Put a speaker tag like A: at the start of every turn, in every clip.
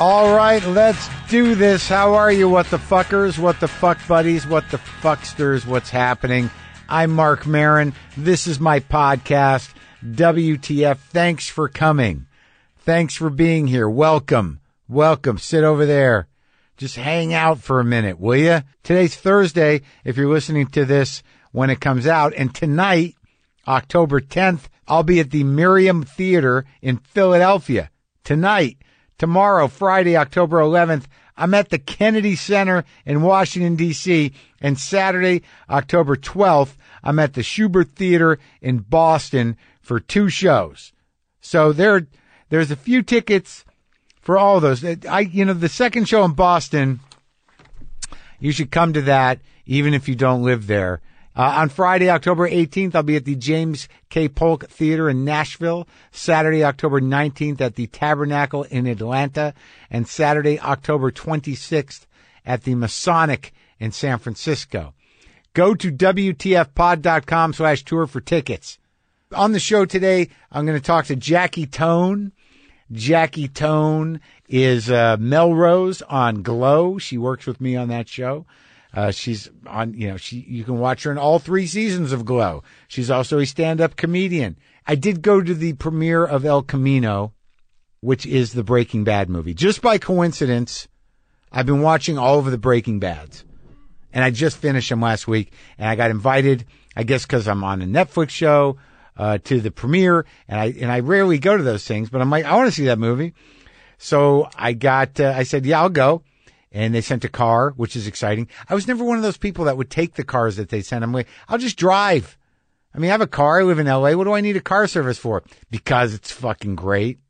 A: All right, let's do this. How are you, what the fuckers, what the fuck buddies, what the fucksters, what's happening? I'm Mark Marin. This is my podcast, WTF. Thanks for coming. Thanks for being here. Welcome. Welcome. Sit over there. Just hang out for a minute, will you? Today's Thursday, if you're listening to this when it comes out. And tonight, October 10th, I'll be at the Miriam Theater in Philadelphia. Tonight, tomorrow, Friday, October 11th, I'm at the Kennedy Center in Washington, D.C. And Saturday, October 12th, I'm at the Schubert Theater in Boston for two shows. So there, there's a few tickets for all of those. Uh, I, you know, the second show in Boston, you should come to that, even if you don't live there. Uh, on Friday, October 18th, I'll be at the James K. Polk Theater in Nashville. Saturday, October 19th, at the Tabernacle in Atlanta. And Saturday, October 26th, at the Masonic in San Francisco. Go to WTFpod.com slash tour for tickets. On the show today, I'm going to talk to Jackie Tone. Jackie Tone is uh, Melrose on Glow. She works with me on that show. Uh, she's on, you know, she you can watch her in all three seasons of Glow. She's also a stand-up comedian. I did go to the premiere of El Camino, which is the Breaking Bad movie. Just by coincidence, I've been watching all of the Breaking Bads and I just finished them last week. And I got invited, I guess, because I'm on a Netflix show uh, to the premiere, and I and I rarely go to those things, but I'm like, I want to see that movie. So I got, uh, I said, yeah, I'll go. And they sent a car, which is exciting. I was never one of those people that would take the cars that they sent. I'm like, I'll just drive. I mean, I have a car. I live in LA. What do I need a car service for? Because it's fucking great.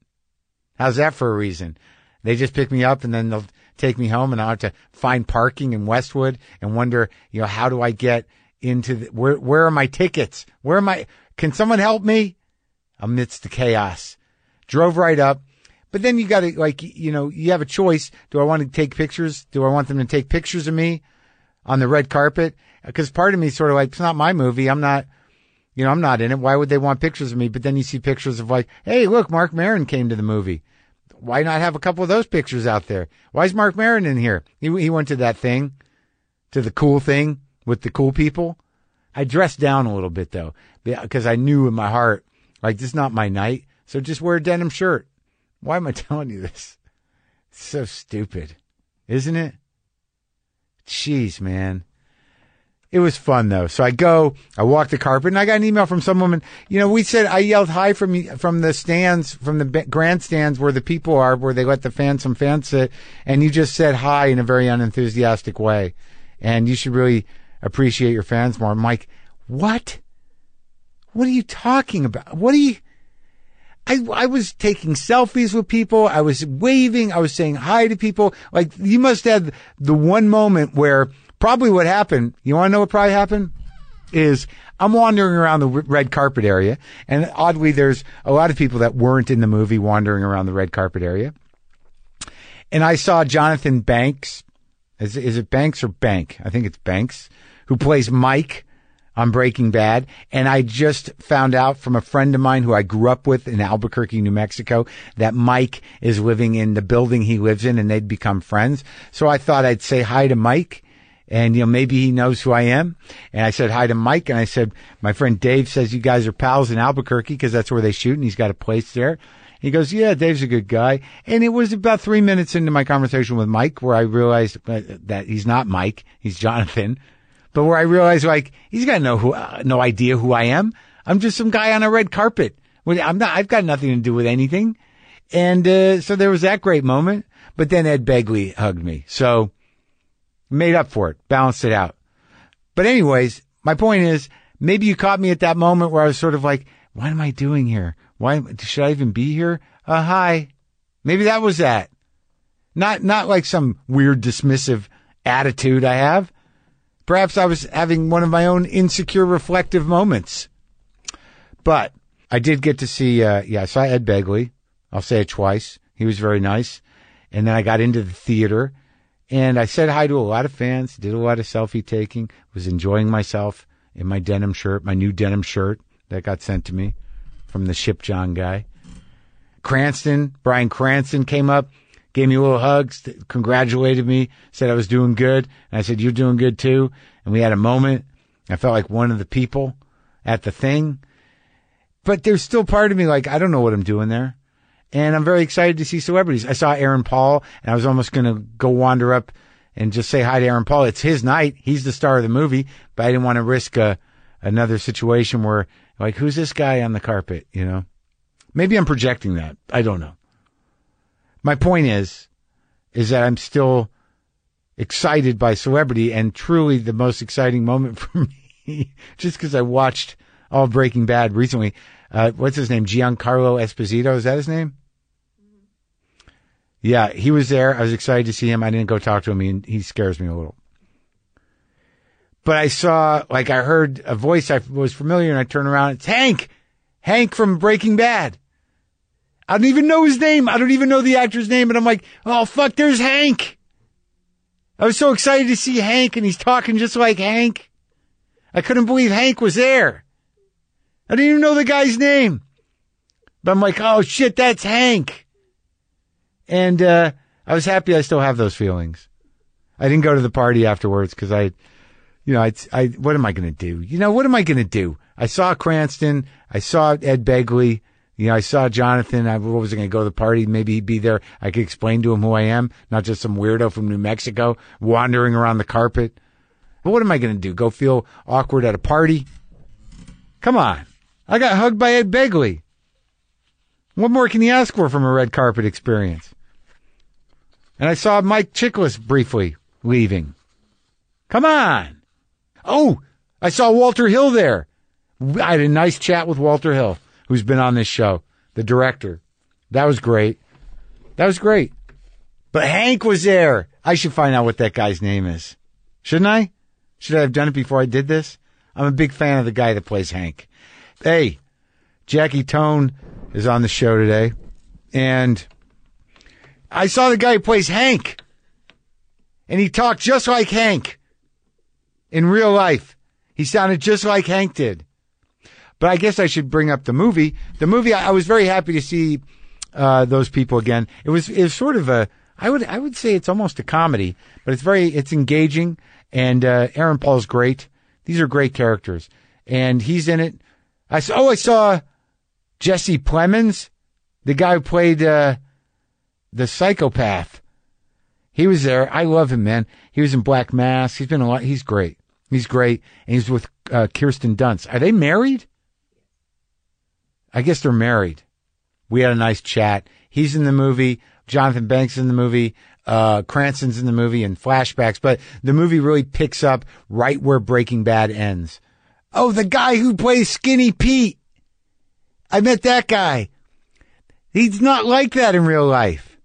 A: How's that for a reason? They just pick me up and then they'll take me home and I'll have to find parking in Westwood and wonder, you know, how do I get into the, where, where are my tickets? Where am I? Can someone help me? Amidst the chaos, drove right up. But then you got to like, you know, you have a choice. Do I want to take pictures? Do I want them to take pictures of me on the red carpet? Cause part of me is sort of like, it's not my movie. I'm not, you know, I'm not in it. Why would they want pictures of me? But then you see pictures of like, hey, look, Mark Marin came to the movie. Why not have a couple of those pictures out there? Why is Mark Marin in here? He, he went to that thing, to the cool thing with the cool people. I dressed down a little bit though, because I knew in my heart, like, this is not my night. So just wear a denim shirt. Why am I telling you this? It's so stupid, isn't it? Jeez, man. It was fun though. So I go, I walk the carpet, and I got an email from some woman. You know, we said I yelled hi from from the stands, from the ba- grandstands where the people are, where they let the fans some fans sit, and you just said hi in a very unenthusiastic way, and you should really appreciate your fans more. I'm like, what? What are you talking about? What are you? I, I was taking selfies with people. I was waving. I was saying hi to people. Like you must have the one moment where probably what happened. You want to know what probably happened? Is I'm wandering around the r- red carpet area and oddly there's a lot of people that weren't in the movie wandering around the red carpet area. And I saw Jonathan Banks. Is, is it Banks or Bank? I think it's Banks who plays Mike on Breaking Bad. And I just found out from a friend of mine who I grew up with in Albuquerque, New Mexico, that Mike is living in the building he lives in and they'd become friends. So I thought I'd say hi to Mike and, you know, maybe he knows who I am. And I said hi to Mike and I said, my friend Dave says you guys are pals in Albuquerque because that's where they shoot and he's got a place there. He goes, yeah, Dave's a good guy. And it was about three minutes into my conversation with Mike where I realized uh, that he's not Mike. He's Jonathan but where I realized like he's got no who, uh, no idea who I am. I'm just some guy on a red carpet. When- I'm not. I've got nothing to do with anything. And uh, so there was that great moment. But then Ed Begley hugged me, so made up for it, balanced it out. But anyways, my point is, maybe you caught me at that moment where I was sort of like, "What am I doing here? Why am- should I even be here?" Uh, hi. Maybe that was that. Not not like some weird dismissive attitude I have. Perhaps I was having one of my own insecure reflective moments. But I did get to see, uh, yeah, I saw Ed Begley. I'll say it twice. He was very nice. And then I got into the theater and I said hi to a lot of fans, did a lot of selfie taking, was enjoying myself in my denim shirt, my new denim shirt that got sent to me from the Ship John guy. Cranston, Brian Cranston came up, gave me a little hugs, t- congratulated me, said I was doing good. And I said, you're doing good too. And we had a moment. I felt like one of the people at the thing, but there's still part of me like, I don't know what I'm doing there. And I'm very excited to see celebrities. I saw Aaron Paul and I was almost going to go wander up and just say hi to Aaron Paul. It's his night. He's the star of the movie, but I didn't want to risk a, another situation where like, who's this guy on the carpet? You know, maybe I'm projecting that. I don't know. My point is, is that I'm still excited by celebrity and truly the most exciting moment for me, just because I watched all Breaking Bad recently. Uh, what's his name? Giancarlo Esposito. Is that his name? Yeah, he was there. I was excited to see him. I didn't go talk to him. He, he scares me a little. But I saw, like, I heard a voice I was familiar, and I turned around. It's Hank, Hank from Breaking Bad. I don't even know his name. I don't even know the actor's name. And I'm like, oh fuck, there's Hank. I was so excited to see Hank, and he's talking just like Hank. I couldn't believe Hank was there. I didn't even know the guy's name. But I'm like, oh shit, that's Hank. And uh, I was happy I still have those feelings. I didn't go to the party afterwards because I, you know, I, I, what am I going to do? You know, what am I going to do? I saw Cranston. I saw Ed Begley. You know, I saw Jonathan. I what was I going to go to the party. Maybe he'd be there. I could explain to him who I am, not just some weirdo from New Mexico wandering around the carpet. But what am I going to do? Go feel awkward at a party? Come on. I got hugged by Ed Begley. What more can you ask for from a red carpet experience? And I saw Mike Chiklis briefly leaving. Come on. Oh, I saw Walter Hill there. I had a nice chat with Walter Hill, who's been on this show, the director. That was great. That was great. But Hank was there. I should find out what that guy's name is. Shouldn't I? Should I have done it before I did this? I'm a big fan of the guy that plays Hank. Hey, Jackie Tone is on the show today. And I saw the guy who plays Hank. And he talked just like Hank in real life. He sounded just like Hank did. But I guess I should bring up the movie. The movie, I, I was very happy to see uh, those people again. It was it was sort of a I would I would say it's almost a comedy, but it's very it's engaging. And uh, Aaron Paul's great. These are great characters, and he's in it. I saw, oh I saw Jesse Plemons, the guy who played uh, the psychopath. He was there. I love him, man. He was in Black Mass. He's been a lot. He's great. He's great. And he's with uh, Kirsten Dunst. Are they married? I guess they're married. We had a nice chat. He's in the movie. Jonathan Banks in the movie. Uh, Cranston's in the movie and flashbacks. But the movie really picks up right where Breaking Bad ends. Oh, the guy who plays Skinny Pete. I met that guy. He's not like that in real life.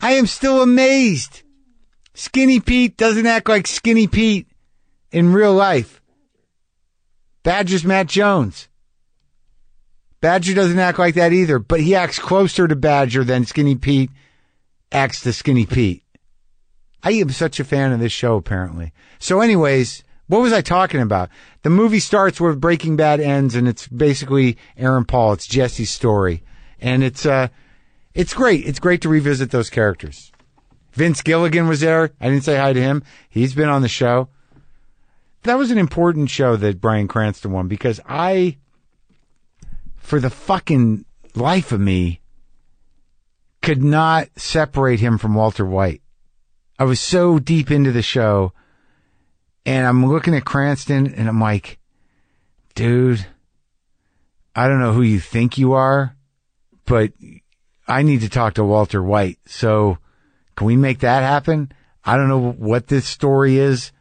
A: I am still amazed. Skinny Pete doesn't act like Skinny Pete in real life. Badger's Matt Jones. Badger doesn't act like that either, but he acts closer to Badger than Skinny Pete acts to Skinny Pete. I am such a fan of this show, apparently. So, anyways, what was I talking about? The movie starts where Breaking Bad ends, and it's basically Aaron Paul. It's Jesse's story, and it's uh, it's great. It's great to revisit those characters. Vince Gilligan was there. I didn't say hi to him. He's been on the show. That was an important show that Brian Cranston won because I, for the fucking life of me, could not separate him from Walter White. I was so deep into the show and I'm looking at Cranston and I'm like, dude, I don't know who you think you are, but I need to talk to Walter White. So can we make that happen? I don't know what this story is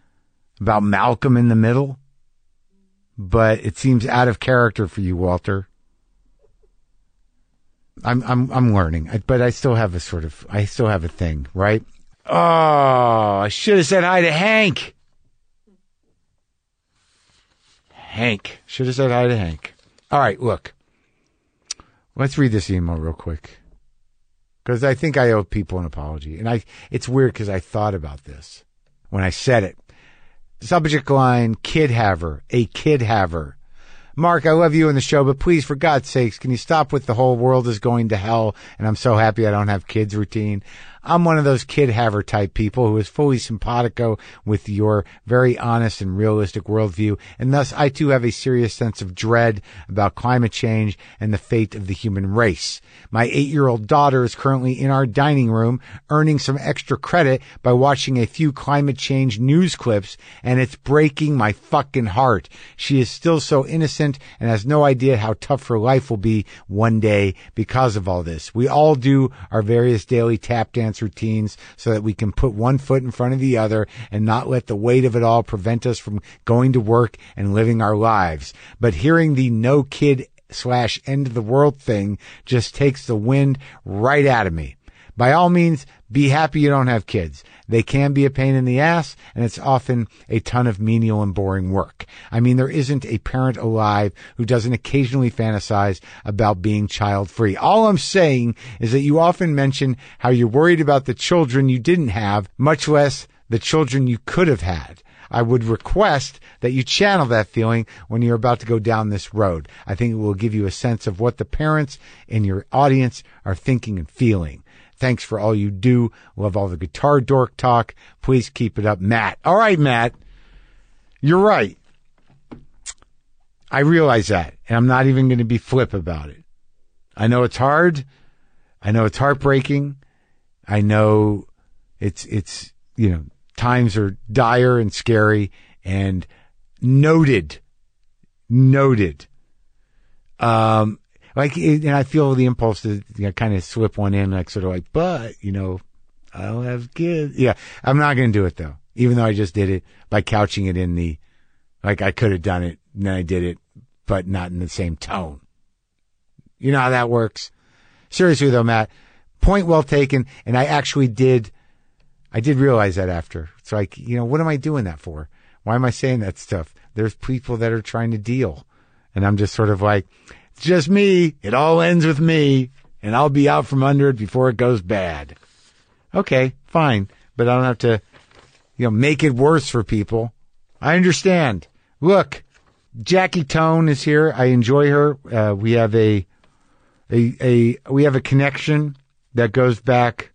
A: about Malcolm in the middle, but it seems out of character for you, Walter. I'm, I'm, I'm learning, I- but I still have a sort of, I still have a thing, right? Oh, I should have said hi to Hank. Hank. Should have said hi to Hank. All right. Look, let's read this email real quick because I think I owe people an apology. And I, it's weird because I thought about this when I said it. Subject line: Kid haver, a kid haver. Mark, I love you and the show, but please, for God's sakes, can you stop with the whole world is going to hell and I'm so happy I don't have kids routine? I'm one of those kid haver type people who is fully simpatico with your very honest and realistic worldview. And thus I too have a serious sense of dread about climate change and the fate of the human race. My eight year old daughter is currently in our dining room earning some extra credit by watching a few climate change news clips and it's breaking my fucking heart. She is still so innocent and has no idea how tough her life will be one day because of all this. We all do our various daily tap dance routines so that we can put one foot in front of the other and not let the weight of it all prevent us from going to work and living our lives. But hearing the no kid slash end of the world thing just takes the wind right out of me. By all means, be happy you don't have kids. They can be a pain in the ass, and it's often a ton of menial and boring work. I mean, there isn't a parent alive who doesn't occasionally fantasize about being child free. All I'm saying is that you often mention how you're worried about the children you didn't have, much less the children you could have had. I would request that you channel that feeling when you're about to go down this road. I think it will give you a sense of what the parents in your audience are thinking and feeling. Thanks for all you do. Love all the guitar dork talk. Please keep it up, Matt. All right, Matt. You're right. I realize that, and I'm not even going to be flip about it. I know it's hard. I know it's heartbreaking. I know it's it's you know times are dire and scary and noted noted um like it- and I feel the impulse to you know, kind of slip one in like sort of like but you know I don't have kids yeah I'm not going to do it though even though I just did it by couching it in the like I could have done it and then I did it but not in the same tone you know how that works seriously though Matt point well taken and I actually did I did realize that after. It's like, you know, what am I doing that for? Why am I saying that stuff? There's people that are trying to deal. And I'm just sort of like, it's just me. It all ends with me. And I'll be out from under it before it goes bad. Okay, fine. But I don't have to, you know, make it worse for people. I understand. Look, Jackie Tone is here. I enjoy her. Uh, we have a, a, a, we have a connection that goes back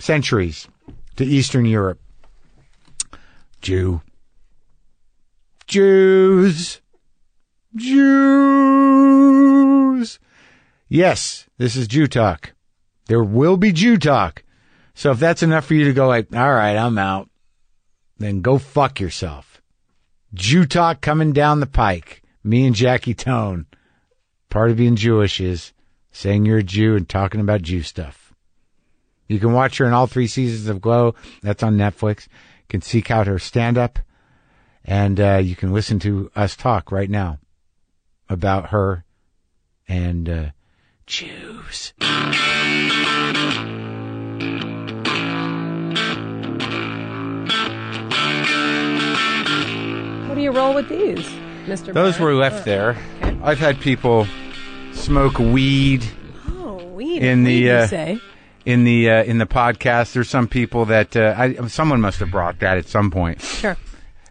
A: centuries to Eastern Europe. Jew. Jews. Jews. Yes, this is Jew talk. There will be Jew talk. So if that's enough for you to go like, all right, I'm out, then go fuck yourself. Jew talk coming down the pike. Me and Jackie Tone. Part of being Jewish is saying you're a Jew and talking about Jew stuff. You can watch her in all three seasons of Glow. That's on Netflix. You can seek out her stand up and uh, you can listen to us talk right now about her and uh, Jews.
B: What do you roll with these, Mr.
A: Those
B: Burr?
A: were left there. I've had people smoke weed
B: Oh, weed.
A: in the,
B: weed, you
A: uh,
B: say.
A: in the uh, in the podcast. There's some people that uh, I, someone must have brought that at some point.
B: Sure.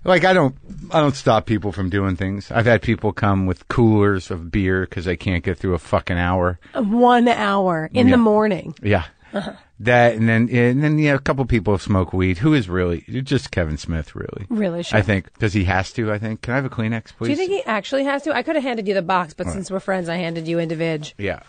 A: like I don't I don't stop people from doing things. I've had people come with coolers of beer because they can't get through a fucking hour.
B: One hour in
A: Yeah.
B: the morning.
A: Yeah.
B: Uh-huh.
A: That and then and then yeah, a couple people have smoked weed. Who is really just Kevin Smith really?
B: Really sure.
A: I think because he has to. I think. Can I have a Kleenex, please?
B: do you think he actually has to? I could have handed you the box, but since we're friends, I handed you individ.
A: yeah.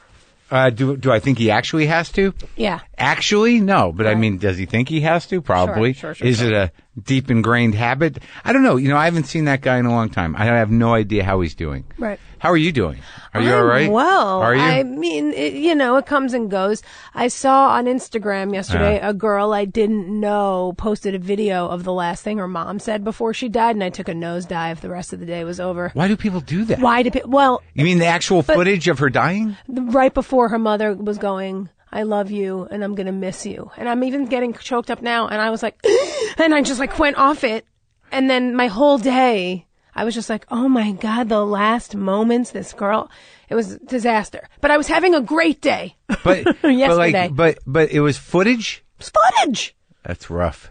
A: Uh, do do I think he actually has to?
B: Yeah.
A: Actually, no. But I mean, does he think he has to? Probably.
B: Sure, sure,
A: Is
B: sure.
A: it a deep ingrained habit? I don't know. You know, I haven't seen that guy in a long time. I have no idea how he's doing.
B: Right.
A: How are you doing? Are you
B: I'm
A: all right?
B: Well,
A: are you?
B: I mean, it, you know, it comes and goes. I saw on Instagram yesterday
A: Uh-huh.
B: a girl I didn't know posted a video of the last thing her mom said before she died, and I took a nosedive. The rest of the day was over.
A: Why do people do that?
B: Why did people? Well,
A: You mean the actual footage of her dying?
B: right before her mother was going, I love you and I'm going to miss you. And I'm even getting choked up now. And I was like, and I just like went off it. And then my whole day, I was just like, oh my God, the last moments, this girl, it was disaster. But I was having a great day.
A: But but
B: Yesterday.
A: like but but it was footage.
B: It's footage.
A: That's rough.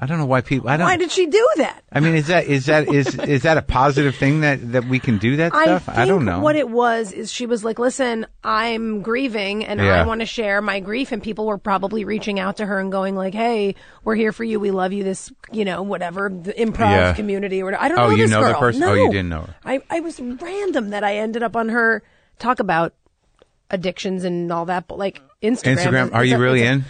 A: I don't know why people. I don't.
B: Why did she do that?
A: I mean, is that is that is is that a positive thing that that we can do that stuff?
B: think
A: I don't know.
B: What it was is she was like, "Listen, I'm grieving, and
A: Yeah.
B: I want to share my grief." And people were probably reaching out to her and going like, "Hey, we're here for you. We love you." This, you know, whatever the improv
A: Yeah.
B: community or whatever. I don't
A: Oh,
B: know
A: you
B: this
A: know the
B: girl.
A: person-
B: No.
A: oh, you didn't know her.
B: I I was random that I ended up on her talk about addictions and all that, but like Instagram.
A: Instagram?
B: is-
A: Are
B: it's
A: you
B: a-
A: really
B: it's a-
A: in?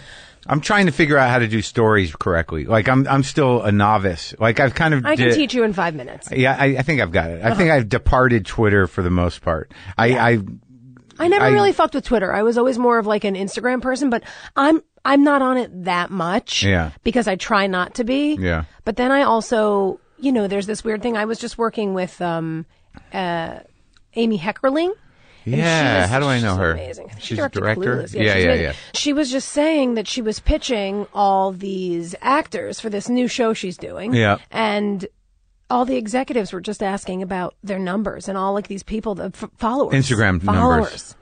A: I'm trying to figure out how to do stories correctly. Like I'm I'm still a novice. Like I've kind of
B: I can
A: did-
B: teach you in five minutes.
A: Yeah, I, I think I've got it. I think I've departed Twitter for the most part. I, I
B: I never
A: I-
B: really fucked with Twitter. I was always more of like an Instagram person, but I'm I'm not on it that much.
A: Yeah.
B: Because I try not to be.
A: Yeah.
B: But then I also, you know, there's this weird thing. I was just working with um uh Amy Heckerling. and she
A: yeah.
B: was-
A: How do I know
B: she's
A: her?
B: Amazing. I think she
A: She's a
B: directed
A: director.
B: Clueless.
A: yeah,
B: she's
A: yeah,
B: amazing.
A: yeah.
B: She was just saying that she was pitching all these actors for this new show she's doing.
A: Yeah.
B: And all the executives were just asking about their numbers and all like these people, the f- followers,
A: Instagram numbers.
B: followers.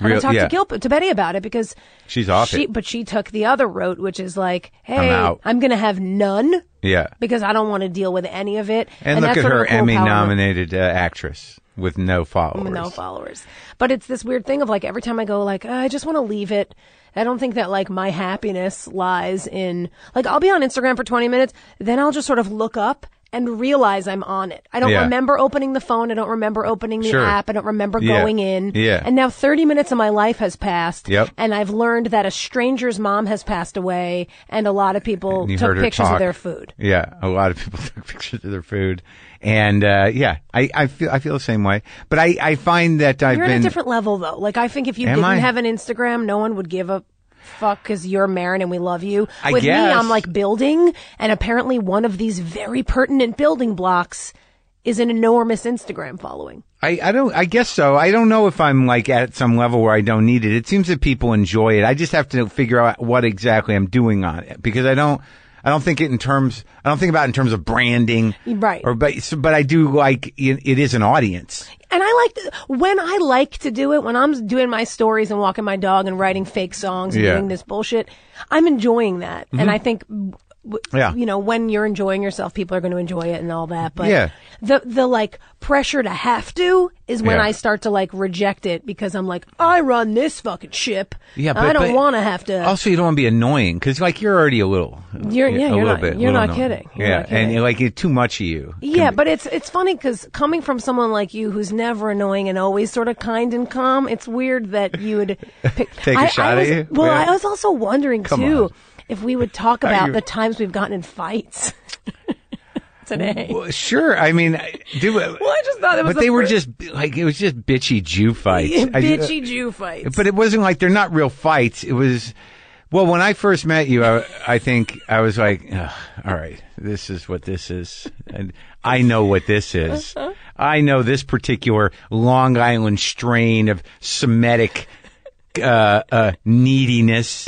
B: And
A: Real-
B: I talked
A: yeah.
B: to Gilp to Betty about it because
A: She's off
B: she,
A: it.
B: but she took the other route, which is like, hey,
A: out.
B: going to have none
A: Yeah.
B: because I don't want to deal with any of it.
A: And, look
B: that's
A: at
B: sort of
A: her
B: a cool
A: Emmy
B: power move.
A: nominated uh, actress with no followers.
B: no followers. But it's this weird thing of like every time I go like "Uh, I just want to leave it. I don't think that like my happiness lies in like I'll be on Instagram for 20 minutes, then I'll just sort of look up and realize I'm on it. I don't
A: Yeah.
B: remember opening the phone. I don't remember opening the
A: Sure.
B: app. I don't remember
A: Yeah.
B: going in.
A: Yeah.
B: And now 30 minutes of my life has passed.
A: Yep.
B: And I've learned that a stranger's mom has passed away, and a lot of people
A: And you
B: took
A: heard her
B: pictures
A: talk.
B: of their food.
A: Yeah, a lot of people took pictures of their food, and uh, yeah, I, I feel I feel the same way. But I, I find that I've
B: You're at
A: been
B: a different level though. Like I think if you
A: Am
B: didn't
A: I?
B: have an Instagram, no one would give a fuck because you're Marin and we love you.
A: I
B: With me,
A: guess.
B: I'm like building, and apparently one of these very pertinent building blocks is an enormous Instagram following.
A: I, I don't. I guess so. I don't know if I'm like at some level where I don't need it. It seems that people enjoy it. I just have to figure out what exactly I'm doing on it because I don't. I don't think it in terms. I don't think about it in terms of branding,
B: Right.
A: Or but so- but I do like it, it is an audience.
B: And I like to, when I like to do it when I'm doing my stories and walking my dog and writing fake songs and
A: Yeah. Mm-hmm.
B: doing this bullshit. I'm enjoying that, and I think. w-
A: Yeah.
B: You know, when you're enjoying yourself, people are going to enjoy it and all that. But
A: Yeah.
B: the the like pressure to have to is when
A: Yeah.
B: I start to like reject it because I'm like, I run this fucking ship.
A: Yeah,
B: I
A: but-
B: don't
A: but-
B: want to have to.
A: Also, you don't want to be annoying because like you're already a little.
B: You're- yeah,
A: a
B: you're
A: little
B: not-
A: bit.
B: you're
A: little
B: not
A: annoying.
B: kidding. You're
A: Yeah,
B: not kidding.
A: and like it's too much of you.
B: yeah, but it's it's funny because coming from someone like you who's never annoying and always sort of kind and calm, it's weird that you would pick,
A: Take a
B: a
A: shot at
B: was,
A: you?
B: Well,
A: Yeah.
B: I was also wondering too
A: on.
B: if we would talk about
A: you-
B: the times we've gotten in fights today.
A: Well, sure. I mean, I- do. Well,
B: I just thought it was
A: But
B: the
A: they were
B: first-
A: just like it was just bitchy Jew fights. I-
B: Bitchy Jew fights.
A: uh, but it wasn't like they're not real fights. It was, well, when I first met you, I, I think I was like, "Ugh, all right, this is what this is. And I know what this is.
B: Uh-huh.
A: I know this particular Long Island strain of Semitic uh, uh, neediness.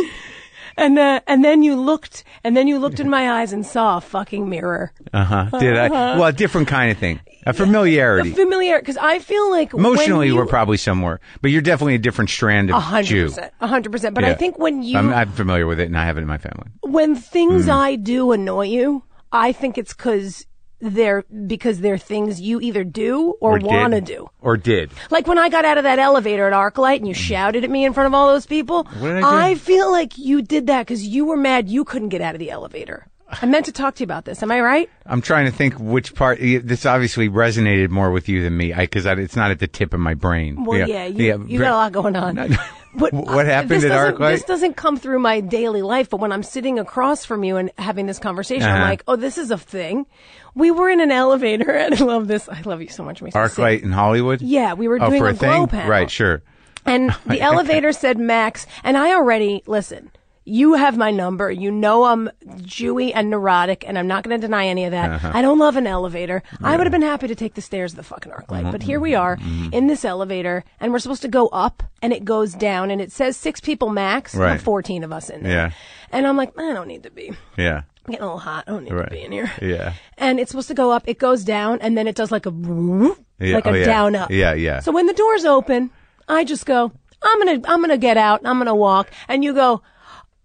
B: and uh, and then you looked and then you looked in my eyes and saw a fucking mirror.
A: Uh huh. Did I?
B: Uh-huh.
A: Well, a different kind of thing. A familiarity.
B: Familiar, because I feel like when
A: Emotionally,
B: you,
A: we're probably somewhere, but you're definitely a different strand of
B: a hundred
A: Jew.
B: percent, a hundred percent. But I
A: Yeah.
B: think when you
A: I'm, I'm familiar with it, and I have it in my family.
B: when
A: Hmm.
B: things I do annoy you, I think it's because they're because they're things you either do or,
A: Or did.
B: want to do.
A: Or did.
B: Like when I got out of that elevator at ArcLight and you shouted at me in front of all those people,
A: Hmm. did I do?
B: feel like you did that because you were mad you couldn't get out of the elevator. I meant to talk to you about this. Am I right?
A: I'm trying to think which part. y- This obviously resonated more with you than me, because it's not at the tip of my brain.
B: Well, yeah, you, you
A: ve-
B: got a lot going on. But
A: What
B: uh,
A: happened
B: this
A: at
B: doesn't-
A: ArcLight?
B: This doesn't come through my daily life, but when I'm sitting across from you and having this conversation, I'm
A: Uh-huh.
B: like, oh, this is a thing. We were in an elevator, and I love this. I love you so much, Mason.
A: ArcLight in Hollywood.
B: Yeah, we were
A: Oh,
B: doing
A: for
B: a,
A: a
B: glow
A: thing,
B: panel.
A: right? Sure.
B: And the elevator said Max, and I already listen. You have my number. You know I'm Jewy and neurotic, and I'm not going to deny any of that.
A: Uh-huh.
B: I don't love an elevator. I would have been happy to take the stairs of the fucking
A: Mm-hmm,
B: ArcLight, but here we are in this elevator, and we're supposed to go up, and it goes down, and it says six people max,
A: Right.
B: and 14 of us in there.
A: Yeah.
B: And I'm like, I don't need to be. I'm
A: Yeah.
B: getting a little hot. I don't need
A: Right.
B: to be in here.
A: Yeah.
B: And it's supposed to go up. It goes down, and then it does like a whoop,
A: Yeah,
B: like a
A: oh, yeah.
B: down up.
A: Yeah, yeah.
B: So when the doors open, I just go, I'm gonna, I'm gonna get out, I'm gonna walk, and you go,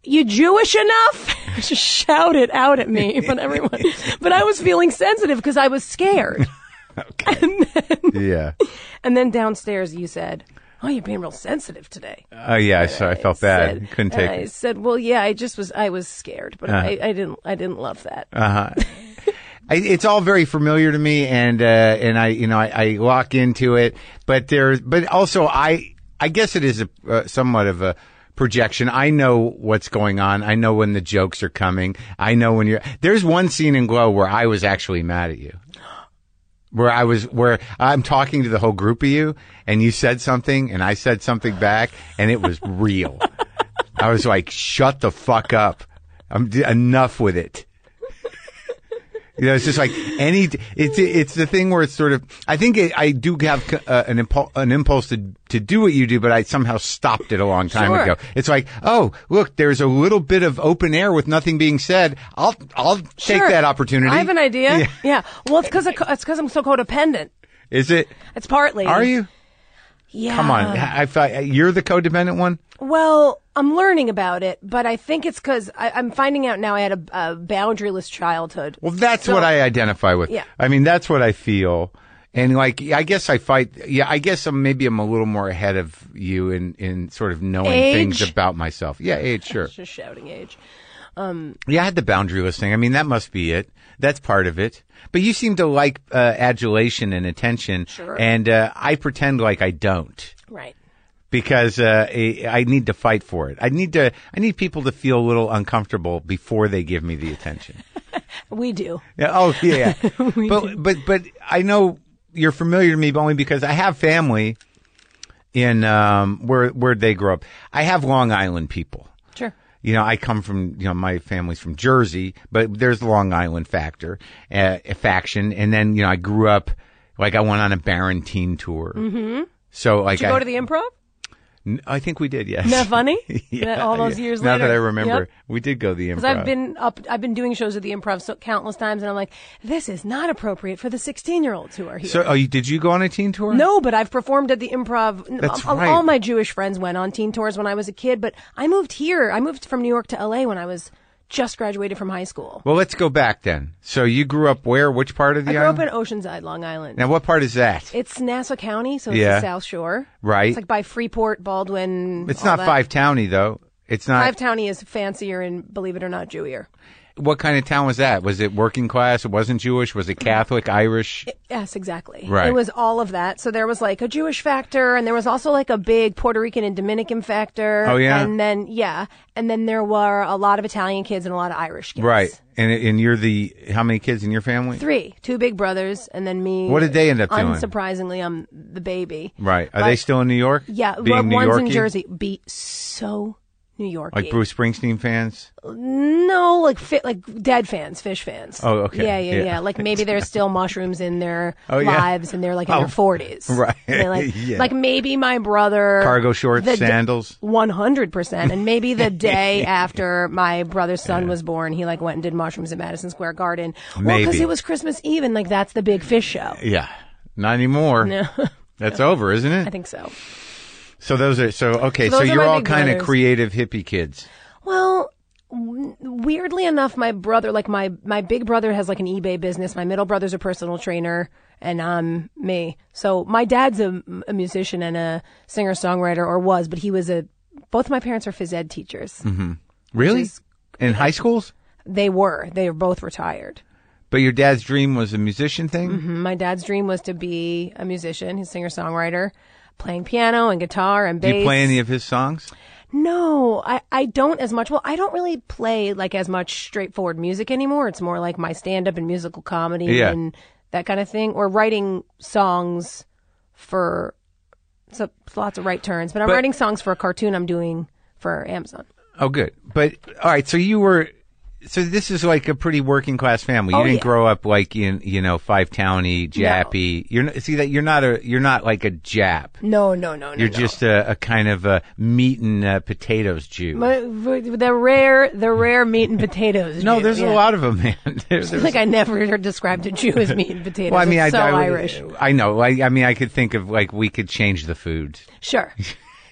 B: you Jewish enough? She shouted out at me, but everyone, but I was feeling sensitive because I was scared.
A: Yeah.
B: And then downstairs, you said, "Oh, you're being real sensitive today."
A: Oh yeah. So I felt
B: said- uh,
A: bad.
B: and
A: Couldn't take Uh-huh.
B: I
A: it.
B: said, "Well, yeah, I just was. I was scared, but I, I didn't. I didn't love that."
A: Uh, I, it's all very familiar to me, and uh, and I you know I, I lock into it, but there but also I I guess it is a uh, somewhat of a projection. I know what's going on. I know when the jokes are coming. I know when you're there's one scene in Glow where I was actually mad at you. Where I was, where I'm talking to the whole group of you, and you said something, and I said something back, and it was real. I was like, "Shut the fuck up! I'm enough with it." You know, it's just like any. It's it's the thing where it's sort of. I think it, I do have uh, an impulse an impulse to to do what you do, but I somehow stopped it a long time
B: Sure.
A: ago. It's like, oh, look, there's a little bit of open air with nothing being said. I'll I'll take
B: Sure.
A: that opportunity.
B: I have an idea.
A: Yeah.
B: Yeah. Well, it's because it's because I'm so codependent.
A: Is it?
B: It's partly.
A: Are you?
B: Yeah.
A: Come on. I, I, you're the codependent one.
B: Well, I'm learning about it, but I think it's because I'm finding out now I had a, a boundaryless childhood.
A: Well, that's
B: So-
A: what I identify with.
B: Yeah.
A: I mean, that's what I feel. And like, I guess I fight. Yeah, I guess I'm maybe I'm a little more ahead of you in in sort of knowing things
B: Age?
A: about myself. Yeah, age, sure.
B: Just shouting age.
A: Yeah, I had the boundaryless thing. I mean, that must be it. That's part of it. But you seem to like uh, adulation and attention.
B: Sure.
A: And uh, I pretend like I don't
B: Right.
A: because uh, I I need to fight for it. I need to. I need people to feel a little uncomfortable before they give me the attention.
B: We do.
A: Yeah, oh yeah. but but but I know you're familiar to me only because I have family in um where where they grow up. I have Long Island people.
B: Sure.
A: You know, I come from you know my family's from Jersey, but there's the Long Island factor uh, faction, and then you know I grew up like I went on a Barentine tour. Mm-hmm. So like
B: Did you
A: I,
B: go to the improv?
A: N- I think we did yes.
B: Isn't that funny?
A: Yeah,
B: That all those
A: yeah.
B: years
A: now
B: later.
A: that I remember,
B: Yep.
A: we did go to the improv.
B: 'Cause I've been up, I've been doing shows at the improv so countless times, and I'm like, this is not appropriate for the 16 year olds who are here.
A: so, oh, you, did you go on a teen tour?
B: no, but I've performed at the improv.
A: That's
B: all,
A: right.
B: all my Jewish friends went on teen tours when I was a kid, but I moved here. I moved from New York to LA when I was just graduated from high school.
A: Well, let's go back then. So you grew up where? Which part of the
B: I grew
A: island?
B: up in Oceanside, Long Island.
A: now, what part is that?
B: It's Nassau County, so it's
A: Yeah.
B: the South Shore.
A: Right.
B: It's like by Freeport, Baldwin.
A: it's
B: all
A: not
B: that.
A: Five Towny though. It's not.
B: Five Towny is fancier and, believe it or not, Jewier.
A: What kind of town was that? Was it working class? It wasn't Jewish. Was it Catholic? Irish?
B: Yes, exactly.
A: Right.
B: It was all of that. So there was like a Jewish factor, and there was also like a big Puerto Rican and Dominican factor.
A: Oh, yeah?
B: And then yeah, and then there were a lot of Italian kids and a lot of Irish kids.
A: Right. And and you're the how many kids in your family?
B: Three, two big brothers, and then me.
A: What did they end up doing?
B: Unsurprisingly, I'm the baby.
A: Right. Are
B: But-
A: they still in New York?
B: Yeah,
A: Being
B: well,
A: New
B: one's in
A: Yorkie?
B: Jersey. Be so New York.
A: Like Bruce Springsteen fans?
B: No, like fit, like dead fans, fish fans.
A: Oh, okay.
B: Yeah, yeah,
A: Yeah.
B: yeah. Like maybe there's still mushrooms in their
A: Oh, yeah.
B: lives, and they're like in their forties,
A: right.
B: And they're like,
A: Yeah.
B: like maybe my brother
A: Cargo shorts, sandals.
B: one hundred percent, and maybe the day after my brother's son was born, he like went and did mushrooms at Madison Square Garden. Well, because
A: Maybe. Eh.
B: it was Christmas Eve, and like that's the big fish show.
A: Yeah. Not anymore.
B: No,
A: That's over, isn't it?
B: I think so.
A: so those are so okay. So,
B: Those are
A: you're
B: my
A: all
B: big
A: kind of
B: brothers.
A: creative hippie kids.
B: Well, w- weirdly enough, my brother, like my my big brother, has like an eBay business. My middle brother's a personal trainer, and I'm me. So my dad's a, a musician and a singer songwriter, or was, but he was a. Both my parents are phys ed teachers.
A: Hmm. Really? in high schools?
B: They were. They were both retired.
A: But your dad's dream was a musician thing?
B: My dad's dream was to be a musician. He's a singer songwriter, playing piano and guitar and bass.
A: Do you play any of his songs?
B: No, I, I don't as much. Well, I don't really play like as much straightforward music anymore. It's more like my stand up and musical comedy
A: Yeah.
B: and that kind of thing, or writing songs for so lots of right turns. But I'm
A: But-
B: writing songs for a cartoon I'm doing for Amazon.
A: Oh, good. But all right, so you were. So this is like a pretty working class family. You
B: Oh,
A: didn't
B: yeah.
A: grow up like in you know Five Towny, Jappy. You're not, see that you're not a you're not like a Jap.
B: No, no, no, no.
A: You're just a, a kind of a meat and uh, potatoes Jew.
B: the rare, the rare meat and potatoes.
A: no,
B: Jew,
A: there's
B: yeah.
A: a lot of them, man. There- there's-
B: Like I never described a Jew as meat and potatoes.
A: well, I mean,
B: it's
A: I,
B: so
A: I would-
B: Irish.
A: I know. I, I mean, I could think of like we could change the food.
B: Sure.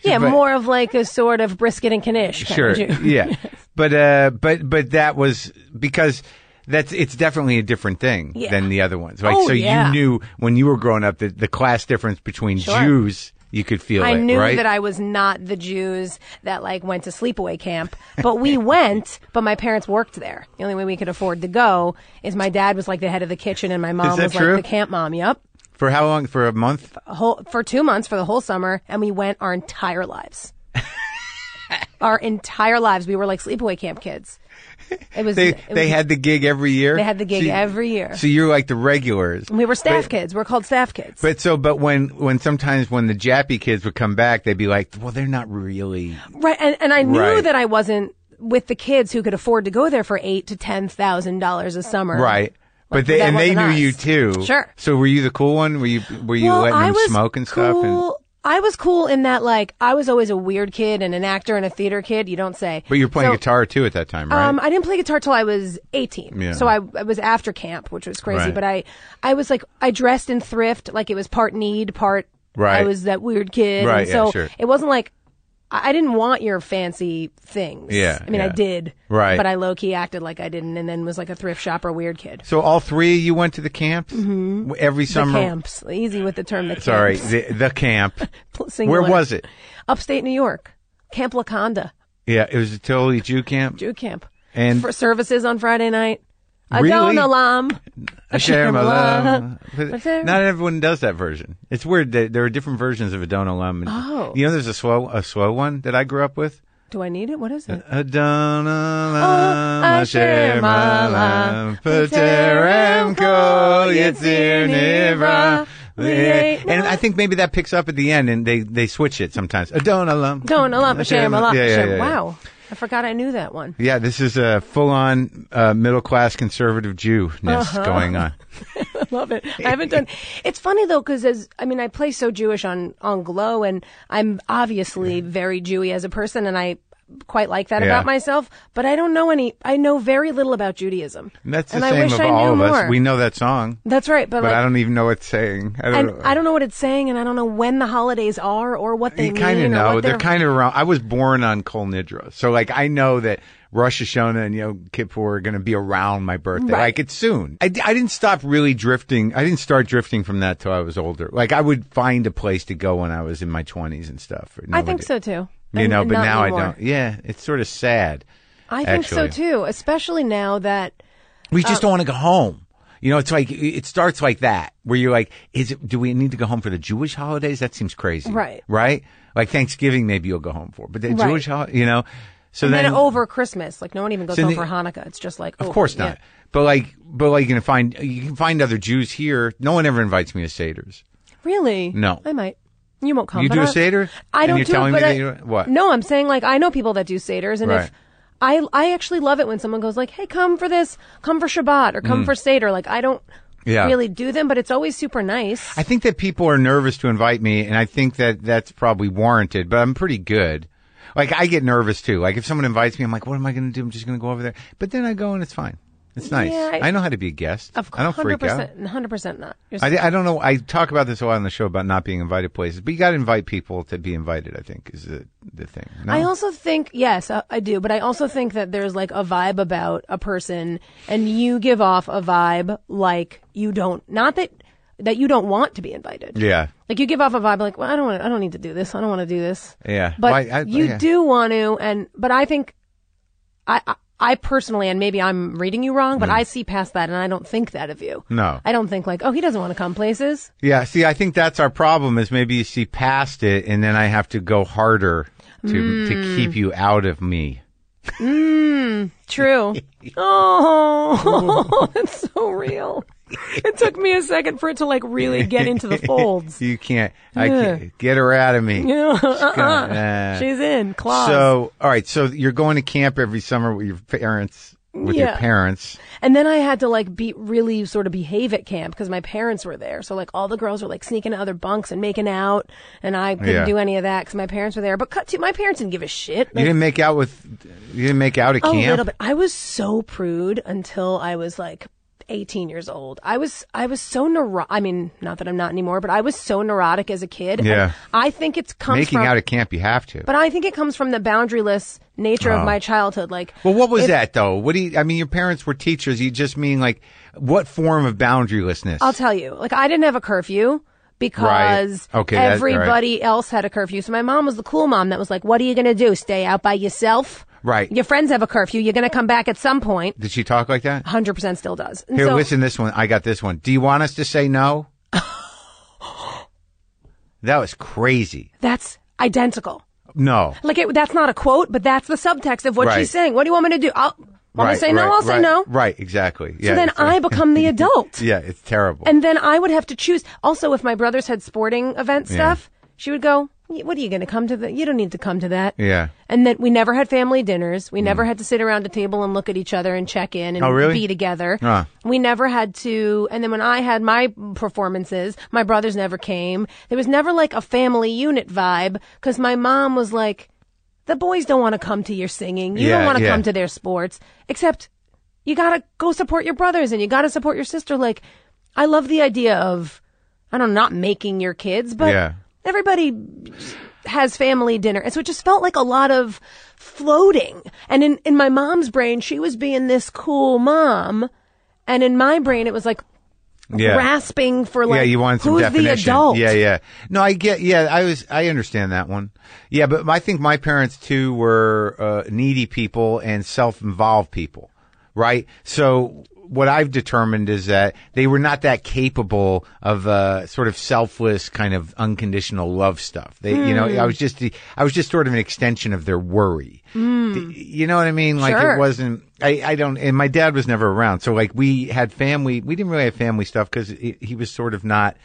B: Yeah,
A: But-
B: more of like a sort of brisket and knish. Kind
A: sure
B: Of Jew.
A: yeah but uh but but that was because that's it's definitely a different thing
B: Yeah.
A: than the other ones right
B: Oh,
A: so
B: yeah.
A: you knew when you were growing up that the class difference between
B: Sure.
A: jews you could feel
B: I
A: it
B: knew
A: right
B: that I was not the Jews that like went to sleepaway camp, but we went, but my parents worked there. The only way we could afford to go is my dad was like the head of the kitchen and my mom
A: that
B: was
A: true?
B: like the camp mom. Yep.
A: for how long for a month
B: A whole, for two months for the whole summer and we went our entire lives. our entire lives. We were like sleepaway camp kids. It was,
A: they
B: it was-
A: they had the gig every year
B: they had the gig
A: So you-
B: every year. Mm.
A: so you're like the regulars
B: we were staff kids. We're called staff kids.
A: but so but when when sometimes when the jappy kids would come back they'd be like well they're not really
B: Right, and, and I knew
A: Right.
B: that I wasn't with the kids who could afford to go there for eight to ten thousand dollars a summer.
A: right but they
B: that
A: and they knew
B: wasn't
A: you
B: us.
A: too
B: Sure.
A: so were you the cool one were you were you
B: Well,
A: letting
B: I
A: them
B: was
A: smoke and stuff and
B: cool- I was cool in that, like, I was always a weird kid and an actor and a theater kid. You don't say.
A: But you're playing
B: So,
A: guitar too at that time, right?
B: Um, I didn't play guitar till I was 18.
A: Yeah.
B: So I, I was after camp, which was crazy.
A: Right.
B: But I, I was like, I dressed in thrift, like it was part need, part.
A: Right.
B: I was that weird kid.
A: Right,
B: And
A: yeah,
B: so
A: sure.
B: it wasn't like, I I didn't want your fancy things.
A: Yeah,
B: I mean, I
A: yeah.
B: did.
A: Right.
B: But I low key acted like I didn't and then was like a thrift shopper weird kid.
A: so all three of you went to the camps mm-hmm. every summer.
B: Camps. Easy with the term the camps.
A: Sorry, the, the camp.
B: Singular.
A: Where was it?
B: Upstate New York. Camp Laconda.
A: Yeah, it was a totally Jew camp.
B: Jew camp.
A: And-
B: for services on Friday night.
A: Really?
B: Adon Olam.
A: I share my love.
B: But there-
A: Not everyone does that version. It's weird that there are different versions of Adon Olam. And-
B: Oh.
A: You know, there's a slow a slow one that I grew up with.
B: Do I need it? What is it?
A: Adon Olam,
B: Oh,
A: Asher
B: Asher
A: Malam,
B: Malam,
A: Paterem
B: Paterem
A: Kol
B: Kol Yitzir
A: Yitzir Nivra.
B: Nivra,
A: Li-
B: Li'e
A: And I
B: Malam.
A: think maybe that picks up at the end, and they, they switch it sometimes. Adon Olam.
B: Adon Olam Hashem
A: Malam.
B: Olam
A: Yeah, yeah,
B: Hashem.
A: yeah, yeah.
B: Wow. I forgot I knew that one.
A: Yeah, this is a full-on uh, middle-class conservative Jewness
B: Uh-huh.
A: going on.
B: Love it. I haven't done. It's funny though, because as I mean, I play so Jewish on on Glow, and I'm obviously very Jewy as a person, and I quite like that
A: Yeah.
B: about myself. But I don't know any. I know very little about Judaism.
A: And that's the
B: And I
A: same
B: wish
A: of
B: I
A: all of
B: knew
A: us.
B: more.
A: We know that song,
B: That's right, but,
A: but
B: like,
A: I don't even know what it's saying. I don't
B: and
A: know.
B: I don't know what it's saying, and I don't know when the holidays are or what they
A: you
B: mean.
A: kind of
B: or
A: know.
B: what
A: They're
B: they're,
A: kind of around. I was born on Kol Nidra, so like I know that Rosh Hashanah and Yom Kippur are going to be around my birthday.
B: Right.
A: Like it's soon. I, d- I didn't stop really drifting. I didn't start drifting from that till I was older. Like I would find a place to go when I was in my twenties and stuff.
B: I think so too.
A: You
B: And-
A: know,
B: and
A: but
B: not
A: now
B: anymore.
A: I don't. Yeah, it's sort of sad.
B: I think
A: actually.
B: so too, especially now that
A: We
B: Oh.
A: just don't want to go home. You know, it's like it starts like that, where you're like, "Is it? Do we need to go home for the Jewish holidays? That seems crazy,
B: Right.
A: Right? Like Thanksgiving, maybe you'll go home for, but the
B: Right.
A: Jewish holiday, you know. So
B: then,
A: then,
B: over Christmas, like no one even goes
A: So
B: home
A: the-
B: for Hanukkah. It's just like, oh,
A: of course not. But like, but like, you can find you can find other Jews here. No one ever invites me to seders.
B: Really?
A: No.
B: I might. You won't come.
A: You
B: but
A: do a
B: I-
A: Seder?
B: I
A: And
B: don't
A: you're
B: do
A: telling
B: it,
A: me
B: but
A: that
B: I-
A: you don't- what?
B: No, I'm saying like I know people that do seders, and
A: Right.
B: if I I actually love it when someone goes like, "Hey, come for this, come for Shabbat, or come for seder." Like I don't
A: Mm. Yeah.
B: really do them, but it's always super nice.
A: I think that people are nervous to invite me, and I think that that's probably warranted. But I'm pretty good. Like I get nervous too. Like if someone invites me, I'm like, "What am I going to do? I'm just going to go over there." But then I go and it's fine. It's nice.
B: Yeah,
A: I,
B: I-
A: know how to be a guest.
B: of
A: I don't freak out.
B: 100%, 100% not. You're
A: I, I don't know. I talk about this a lot on the show about not being invited places, but you got to invite people to be invited. I think is the the thing. No?
B: I also think yes, I, I do, but I also think that there's like a vibe about a person, and you give off a vibe like you don't not that that you don't want to be invited.
A: yeah,
B: Like you give off a vibe like, well, I don't want, I don't need to do this, I don't want to do this.
A: yeah.
B: But
A: Why- I-
B: you
A: yeah.
B: do want to, and but I think I, I I personally, and maybe I'm reading you wrong, but I see past that, and I don't think that of you.
A: Hmm. No.
B: I don't think like, oh, he doesn't want to come places.
A: Yeah. See, I think that's our problem is maybe you see past it, and then I have to go harder to to
B: Mm.
A: keep you out of me.
B: True. oh, that's so real. It took me a second for it to like really get into the folds.
A: You can't. I can't get her out of me.
B: uh-uh.
A: Uh,
B: She's in claws.
A: so, all right. So you're going to camp every summer with your parents. With your
B: Yeah.
A: parents,
B: And then I had to like be really sort of behave at camp because my parents were there. So like all the girls were like sneaking to other bunks and making out, and I couldn't
A: Yeah.
B: do any of that because my parents were there. But cut to my parents didn't give a shit.
A: you didn't make out with. You didn't make out at
B: a
A: camp.
B: little bit. I was so prude until I was like 18 years old. I was I was so neurotic. I mean, not that I'm not anymore, but I was so neurotic as a kid.
A: Yeah.
B: And I think it's comes
A: Making
B: from,
A: out at camp, you have to.
B: but I think it comes from the boundaryless nature of my childhood. Like,
A: well, what was that though? What do you? I mean, your parents were teachers. You just mean like what form of boundarylessness?
B: I'll tell you, like I didn't have a curfew because
A: Okay, that- all right.
B: everybody else had a curfew. So my mom was the cool mom that was like, "What are you going to do? Stay out by yourself?
A: Right.
B: Your friends have a curfew. You're going to come back at some point."
A: Did she talk like that?
B: 100% still does. And
A: Here,
B: Uh, so,
A: listen. This one, I got this one. Do you want us to say no? that was crazy.
B: That's identical.
A: No.
B: Like it, that's not a quote, but that's the subtext of what
A: Right.
B: she's saying. What do you want me to do? I'll want me to
A: right,
B: say
A: right,
B: no. I'll say
A: right,
B: no.
A: Right. Exactly.
B: So
A: yeah.
B: then
A: it's-
B: I become the adult,
A: Yeah, it's terrible.
B: and then I would have to choose. Also, if my brothers had sporting event stuff, she would go. "Y- What are you going to come to? The, you don't need to come to that.
A: yeah. Mm.
B: And then we never had family dinners. We never had to sit around a table and look at each other and check in and
A: Oh, really?
B: be together.
A: Ah.
B: We never had to. And then when I had my performances, my brothers never came. There was never like a family unit vibe because my mom was like, the boys don't want to come to your singing. You
A: Yeah,
B: don't want to
A: yeah.
B: come to their sports. Except you got to go support your brothers and you got to support your sister. Like, I love the idea of, I don't know, not making your kids, but
A: Yeah.
B: everybody has family dinner. And so it just felt like a lot of floating. And in, in my mom's brain, she was being this cool mom. And in my brain, it was like
A: Yeah.
B: grasping for like,
A: yeah, you want some
B: who's
A: definition.
B: the adult?
A: Yeah, yeah. No, I get. Yeah, I was. I understand that one. Yeah, but I think my parents too were uh, needy people and self-involved people, right? So what I've determined is that they were not that capable of uh, sort of selfless kind of unconditional love stuff. They, you know, I was just, the- I was just sort of an extension of their worry. The- You know what I mean? Like
B: Sure.
A: it wasn't. I, I don't, and my dad was never around. So like we had family, we didn't really have family stuff because he, he was sort of not,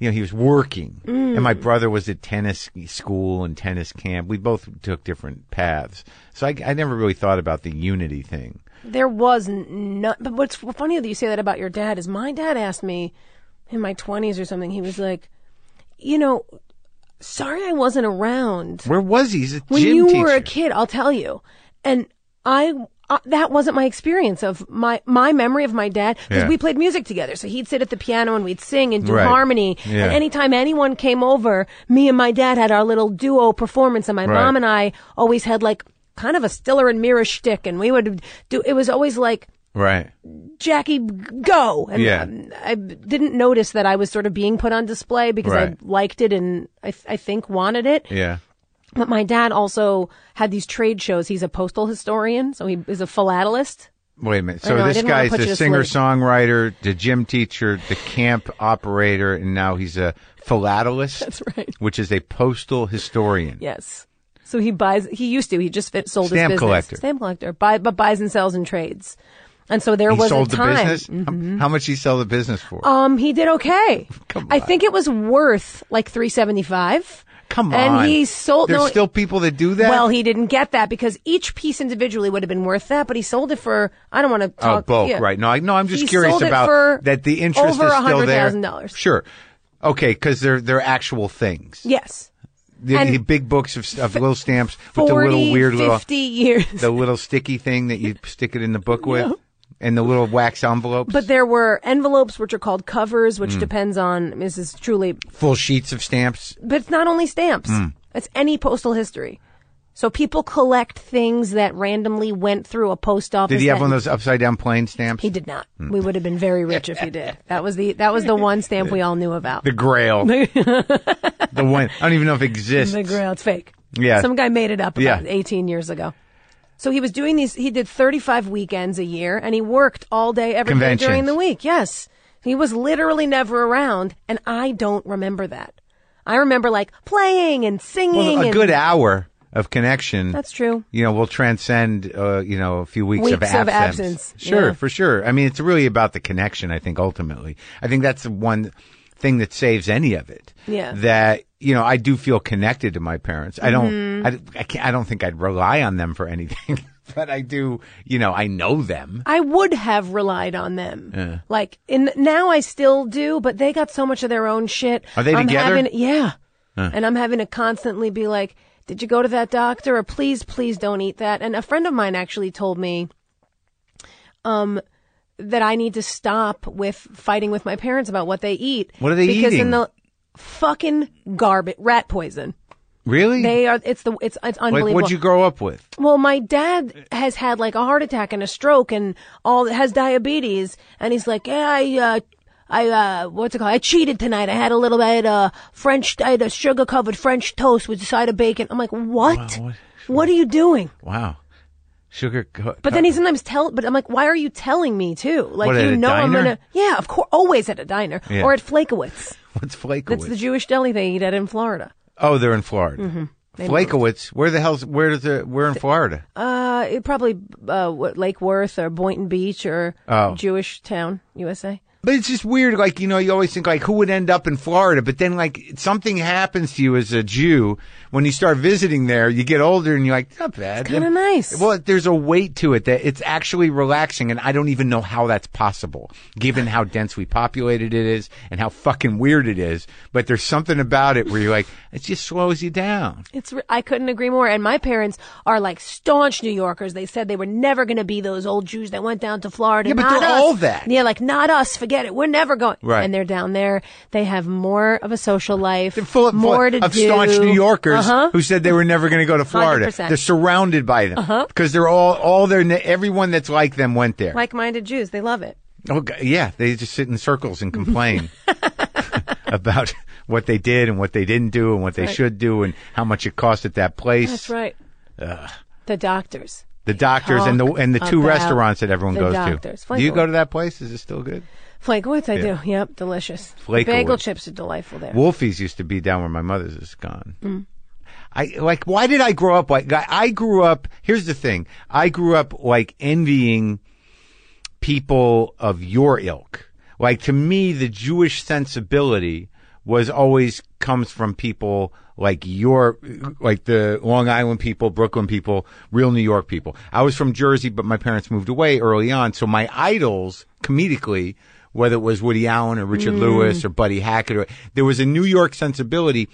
A: you know, he was working.
B: Mm.
A: And my brother was at tennis school and tennis camp. We both took different paths. So I, I never really thought about the unity thing.
B: There was no, but what's funny that you say that about your dad is my dad asked me in my 20s or something, he was like, you know, sorry I wasn't around.
A: Where was he? He's a
B: when
A: gym
B: you
A: teacher.
B: were a kid, I'll tell you. And I, uh, that wasn't my experience of my, my memory of my dad because
A: Yeah.
B: we played music together. So he'd sit at the piano and we'd sing and do
A: Right.
B: harmony.
A: Yeah.
B: And anytime anyone came over, me and my dad had our little duo performance and my
A: Right.
B: mom and I always had like kind of a stiller and mirror shtick and we would do, it was always like,
A: right.
B: Jackie, go. And
A: Yeah.
B: um, I didn't notice that I was sort of being put on display because I
A: Right.
B: liked it and I, I think wanted it.
A: Yeah.
B: But my dad also had these trade shows. He's a postal historian, so he is a philatelist.
A: Wait a minute.
B: I
A: So
B: know, I
A: this
B: didn't wanna
A: guy's
B: put you
A: the
B: to
A: singer
B: sleep.
A: songwriter, the gym teacher, the camp operator, and now he's a philatelist. That's
B: right.
A: Which is a postal historian.
B: Yes. So he buys. He used to. He just fit, sold
A: Stamp
B: his business.
A: collector.
B: Stamp collector. Buy, but buys and sells and trades. And so there
A: He
B: was
A: sold
B: a
A: the
B: time. Mm-hmm.
A: business. How, how much he sell the business for?
B: Um, he did okay.
A: Come
B: I think it was worth like three seventy five.
A: Come
B: and
A: on.
B: he sold-
A: There's
B: no,
A: still people that do that.
B: Well, he didn't get that because each piece individually would have been worth that, but he sold it for I don't want to
A: oh,
B: talk.
A: bulk,
B: yeah.
A: right? No, I, no. I'm just
B: He
A: curious
B: sold it
A: about
B: for
A: that. The interest
B: over
A: is still there.
B: $100,000.
A: Sure. Okay, because they're they're actual things.
B: Yes.
A: The,
B: And
A: the big books of, of little stamps with
B: 40,
A: the little weird little
B: 50 years.
A: the little sticky thing that you stick it in the book with, and the little wax envelopes,
B: But there were envelopes, which are called covers, which
A: Mm.
B: depends on this is truly,
A: full sheets of stamps.
B: but it's not only stamps.
A: Mm.
B: It's any postal history. So people collect things that randomly went through a post office.
A: Did he have
B: that-
A: one of Mm. those upside down plane stamps?
B: He did not. We would have been very rich if he did. That was the that was the one stamp we all knew about.
A: the Grail, the one I don't even know if it exists.
B: The Grail. It's fake.
A: Yeah.
B: Some guy made it up about
A: Yeah.
B: 18 years ago. So he was doing these, he did 35 weekends a year and he worked all day, every day during
A: Conventions.
B: the week. Yes. He was literally never around and I don't remember that. I remember like playing and singing.
A: Well, a
B: and
A: good hour of connection.
B: That's true.
A: You know, will transcend, uh, you know, a few weeks, of
B: Weeks of
A: absence.
B: absence,
A: Sure,
B: yeah.
A: for sure. I mean, it's really about the connection, I think, ultimately. I think that's the one thing that saves any of it.
B: Yeah.
A: That, you know, I do feel connected to my parents. I don't,
B: Mm-hmm.
A: I, I, can't, I don't think I'd rely on them for anything, but I do, you know, I know them.
B: I would have relied on them. Like, in now I still do, but they got so much of their own shit.
A: Are they
B: I'm
A: together?
B: Having, yeah. And I'm having to constantly be like, did you go to that doctor? Or please, please don't eat that. And a friend of mine actually told me, um, that I need to stop with fighting with my parents about what they eat.
A: What are they
B: because
A: eating?
B: in the fucking garbage, rat poison.
A: Really?
B: They are. It's the. It's it's
A: like,
B: unbelievable.
A: what'd you grow up with?
B: Well, my dad has had like a heart attack and a stroke and all has diabetes, and he's like, yeah, I, uh, I, uh, what's it called? I cheated tonight. I had a little bit of French, I had a sugar covered French toast with a side of bacon. I'm like, what?
A: Wow, what-
B: what? are you doing?
A: Wow. Sugar. Co-
B: But then he sometimes tell, but I'm like, why are you telling me too? Like,
A: What, at
B: you
A: a
B: know, I'm
A: diner?
B: gonna, yeah, of course, always at a diner
A: Yeah.
B: or at Flakowitz.
A: What's
B: That's
A: Flakowitz?
B: the Mm-hmm. Jewish deli they eat at in Florida.
A: oh, they're in Florida. Flakowitz. Where the hell's? Where does it? We're in Florida.
B: Uh, it probably uh, what, Lake Worth or Boynton Beach or
A: Oh.
B: Jewish town, USA.
A: But it's just weird. Like, you know, you always think, like, who would end up in Florida? But then, like, something happens to you as a Jew when you start visiting there. You get older and you're like, not bad.
B: kinda
A: And-
B: nice.
A: Well, there's a weight to it that it's actually relaxing. And I don't even know how that's possible, given how densely populated it is and how fucking weird it is. But there's something about it where you're like, it just slows you down.
B: It's re- I couldn't agree more. And my parents are like staunch New Yorkers. They said they were never going to be those old Jews that went down to Florida.
A: Yeah, but
B: Not
A: they're
B: us.
A: all that.
B: Yeah, like not us. Forget it. We're never going.
A: Right.
B: And they're down there. They have more of a social life.
A: They're full, full
B: more to
A: of
B: do.
A: staunch New Yorkers
B: Uh-huh.
A: who said they were never going to go to Florida.
B: 100%.
A: They're surrounded by them
B: Uh-huh.
A: because they're all all their ne- everyone that's like them went there.
B: Like-minded Jews. They love it.
A: Oh g- yeah, they just sit in circles and complain about what they did and what they didn't do and what they
B: right.
A: should do and how much it cost at that place.
B: That's right. The doctors.
A: The doctors and the
B: Talk
A: and the two
B: about
A: restaurants that everyone
B: the
A: goes
B: doctors.
A: to. Do you
B: Flakewitz.
A: go to that place? Is it still good?
B: Flakewitz, I
A: Yeah.
B: do. Yep, delicious. The
A: Flakewitz.
B: Bagel chips are delightful there.
A: Wolfie's used to be down where my mother's is gone.
B: Mm.
A: I like. Why did I grow up like? I- I grew up. Here's the thing. I grew up like envying people of your ilk. Like to me, the Jewish sensibility was always comes from people like your, like the Long Island people, Brooklyn people, real New York people. I was from Jersey, but my parents moved away early on. So my idols comedically, whether it was Woody Allen or Richard Lewis or Buddy Hackett, or, there was a New York sensibility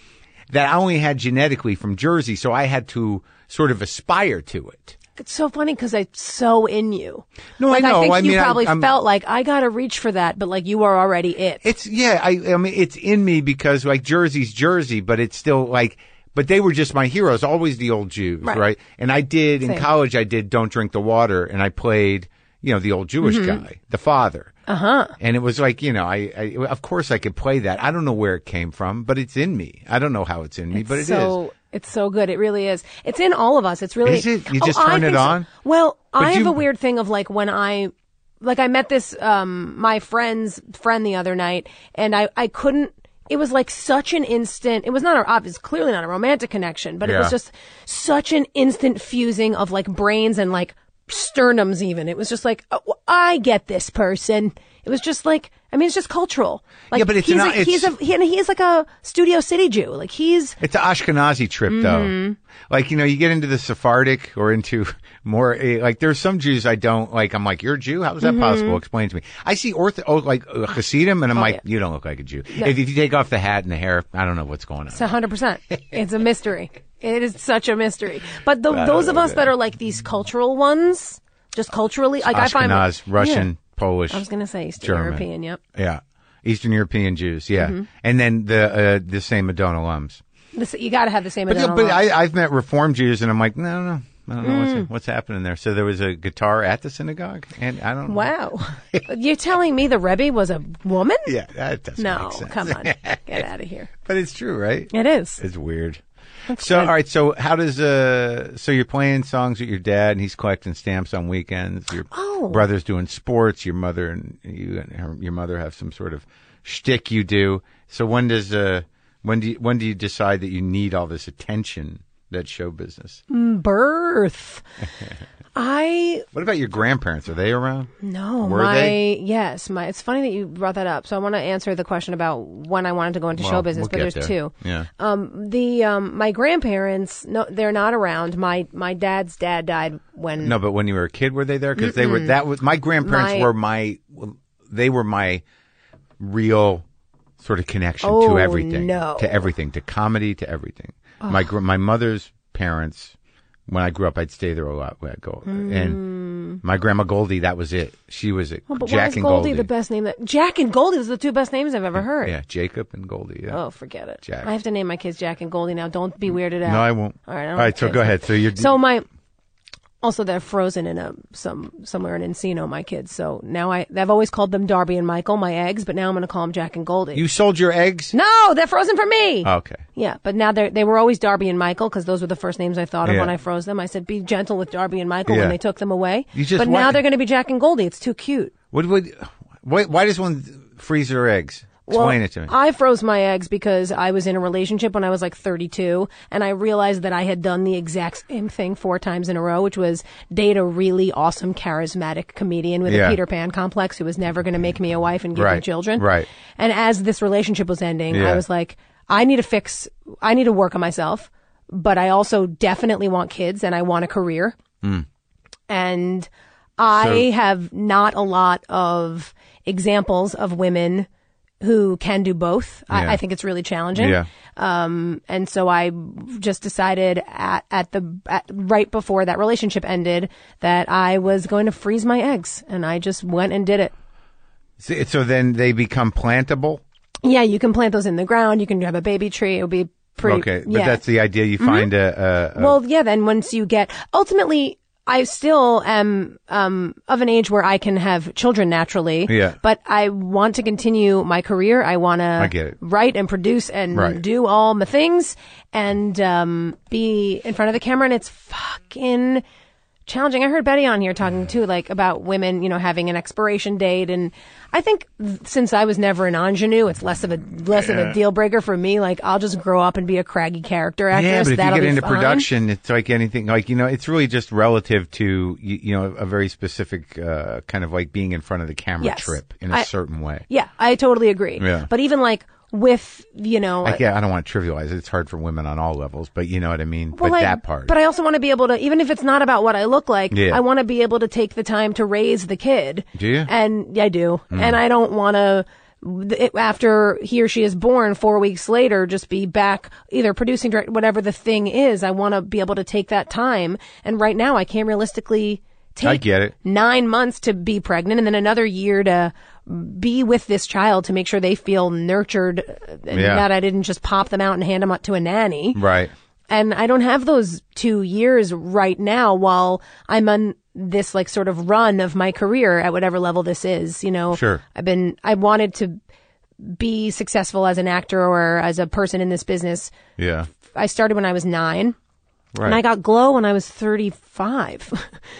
A: that I only had genetically from Jersey. So I had to sort of aspire to it.
B: It's so funny because it's so in you.
A: No, I
B: like,
A: know.
B: I think
A: I
B: you
A: mean, I-
B: probably
A: I'm-
B: felt like I gotta reach for that, but like you are already it.
A: It's yeah, I I mean it's in me because like Jersey's Jersey, but it's still like but they were just my heroes, always the old Jews, right?
B: Right.
A: And I did in
B: Same.
A: college I did Don't Drink the Water and I played, you know, the old Jewish guy, the father. Uh-huh. And it was like, you know, I, I of course I could play that. I don't know where it came from, but it's in me. I don't know how it's in me, but it is.
B: so it's so good. It really is. It's in all of us. It's really. Oh,
A: Is it? You just
B: I
A: turn it
B: think so.
A: on?
B: Well, I have
A: you-
B: a weird thing of like when I, like I met this um my friend's friend the other night, and I I couldn't. It was like such an instant. It was not a obvious, clearly not a romantic connection, but it
A: Yeah.
B: was just such an instant fusing of like brains and like sternums. Even it was just like oh, I get this person. It was just like I mean, it's just cultural. Like,
A: Yeah, but it's
B: he's
A: not-
B: a, he's a
A: it's-
B: he, and he's like a Studio City Jew. Like he's
A: It's an Ashkenazi trip, though.
B: Mm-hmm.
A: Like, you know, you get into the Sephardic or into more, eh, like, there's some Jews I don't, like, I'm like, you're a Jew? How is that
B: Mm-hmm.
A: possible? Explain to me. I see Ortho, oh, like, uh, Hasidim, and I'm like,
B: Oh, yeah.
A: you don't look like a Jew. If, if you take off the hat and the hair, I don't know what's going on.
B: It's hundred percent. It's a mystery. It is such a mystery. But the, those of us that are like these cultural ones, just culturally, like I find
A: Ashkenaz, Russian,
B: Yeah.
A: Polish.
B: I was gonna say Eastern
A: German.
B: European. Yep,
A: Yeah. Eastern European Jews, yeah.
B: Mm-hmm.
A: And then the, uh, the same Madonna alums.
B: this, you got to have the same.
A: But,
B: amount of
A: but
B: love.
A: I, I've met Reform Jews, and I'm like, no, no, I don't know
B: Mm.
A: what's, what's happening there. So there was a guitar at the synagogue, and I don't know.
B: wow, you're telling me the Rebbe was a woman?
A: Yeah, that doesn't
B: No,
A: make sense.
B: come on, get out of here.
A: But it's true, right?
B: It is.
A: It's weird. so, all right. So, how does uh? So you're playing songs with your dad, and he's collecting stamps on weekends. Your
B: Oh.
A: brother's doing sports. Your mother and you and her, your mother have some sort of shtick you do. So when does uh when do you, when do you decide that you need all this attention that show business?
B: Hmm. Birth. I
A: What about your grandparents? Are they around?
B: No,
A: Were
B: my
A: they?
B: yes, my. It's funny that you brought that up. So I want to answer the question about when I wanted to go into
A: Well,
B: show business,
A: we'll
B: but
A: get
B: there's
A: there.
B: two.
A: Yeah.
B: Um, the um, my grandparents, no, they're not around. My my dad's dad died when
A: No, but when you were a kid, were they there? Because they were that was my grandparents
B: My-
A: were my they were my real sort of connection
B: Oh,
A: to everything,
B: no.
A: to everything, to comedy, to everything. My My my mother's parents When I grew up, I'd stay there a lot. When I go and my grandma Goldie, that was it. She was it.
B: Mm. Oh, But why
A: Jack
B: is
A: and
B: Goldie, the best name? That Jack and Goldie was the two best names I've ever heard.
A: Yeah, Jacob and Goldie. Yeah.
B: Oh, forget it.
A: Jack. Mm.
B: I have to name my kids Jack and Goldie now. Don't be weirded out.
A: No, I won't.
B: All right. I don't
A: All right.
B: have
A: So
B: kids.
A: go ahead. So you're
B: So my also they're frozen in a some somewhere in Encino. My kids. So now I I've always called them Darby and Michael, my eggs, but now I'm going to call them Jack and Goldie.
A: you sold your eggs.
B: no, they're frozen for me.
A: Okay.
B: Yeah, but now they they were always Darby and Michael because those were the first names I thought of
A: Yeah.
B: when I froze them. I said, "Be gentle with Darby and Michael
A: Yeah.
B: when they took them away."
A: You just
B: but
A: want-
B: now they're going to be Jack and Goldie. It's too cute.
A: What would? Why, why does one freeze their eggs? Explain it to me.
B: I froze my eggs because I was in a relationship when I was like 32, and I realized that I had done the exact same thing four times in a row, which was date a really awesome, charismatic comedian with
A: Yeah.
B: a Peter Pan complex who was never going to make me a wife and give me
A: Right.
B: children.
A: Right.
B: And as this relationship was ending,
A: Yeah.
B: I was like, I need to fix, I need to work on myself, but I also definitely want kids and I want a career and I
A: So-
B: have not a lot of examples of women who can do both.
A: Yeah.
B: I, I think it's really challenging.
A: Yeah.
B: Um, and so I just decided at, at the, at, right before that relationship ended that I was going to freeze my eggs and I just went and did it.
A: So, so then they become plantable.
B: Yeah. You can plant those in the ground. You can have a baby tree. It would be pretty.
A: Okay, but
B: yeah.
A: that's the idea.
B: Mm-hmm.
A: You find a, a, a
B: Well, yeah, then once you get ultimately I still am um, of an age where I can have children naturally.
A: Yeah.
B: But I want to continue my career. I want
A: I get
B: to
A: it.
B: write and produce and
A: Right.
B: do all my things and um, be in front of the camera. And it's fucking challenging. I heard Betty on here talking too, like about women, you know, having an expiration date. And I think th- since I was never an ingenue, it's less of a less of a deal breaker for me. Like I'll just grow up and be a craggy character actress.
A: yeah, but if you
B: That'll
A: get
B: be
A: into
B: fine.
A: production, it's like anything. Like you know, it's really just relative to you, you know a very specific uh, kind of like being in front of the camera
B: Yes.
A: trip in a
B: I-
A: certain way.
B: Yeah, I totally agree.
A: Yeah.
B: But even like with you know,
A: Like, yeah, I don't want to trivialize it. It's hard for women on all levels, but you know what I mean.
B: well,
A: but
B: I-
A: that part,
B: But I also want to be able to, even if it's not about what I look like,
A: Yeah.
B: I want to be able to take the time to raise the kid.
A: Do you? Mm.
B: And yeah, I do. And I don't want to. After he or she is born, four weeks later, just be back either producing, direct, whatever the thing is. I want to be able to take that time, and right now I can't realistically take.
A: I get it.
B: nine months to be pregnant and then another year to be with this child to make sure they feel nurtured uh, and
A: Yeah.
B: that I didn't just pop them out and hand them out to a nanny.
A: Right.
B: And I don't have those two years right now while I'm on this like sort of run of my career at whatever level this is, you know.
A: Sure.
B: I've been, I wanted to be successful as an actor or as a person in this business.
A: Yeah.
B: I started when I was nine
A: Right.
B: and I got glow when I was 35.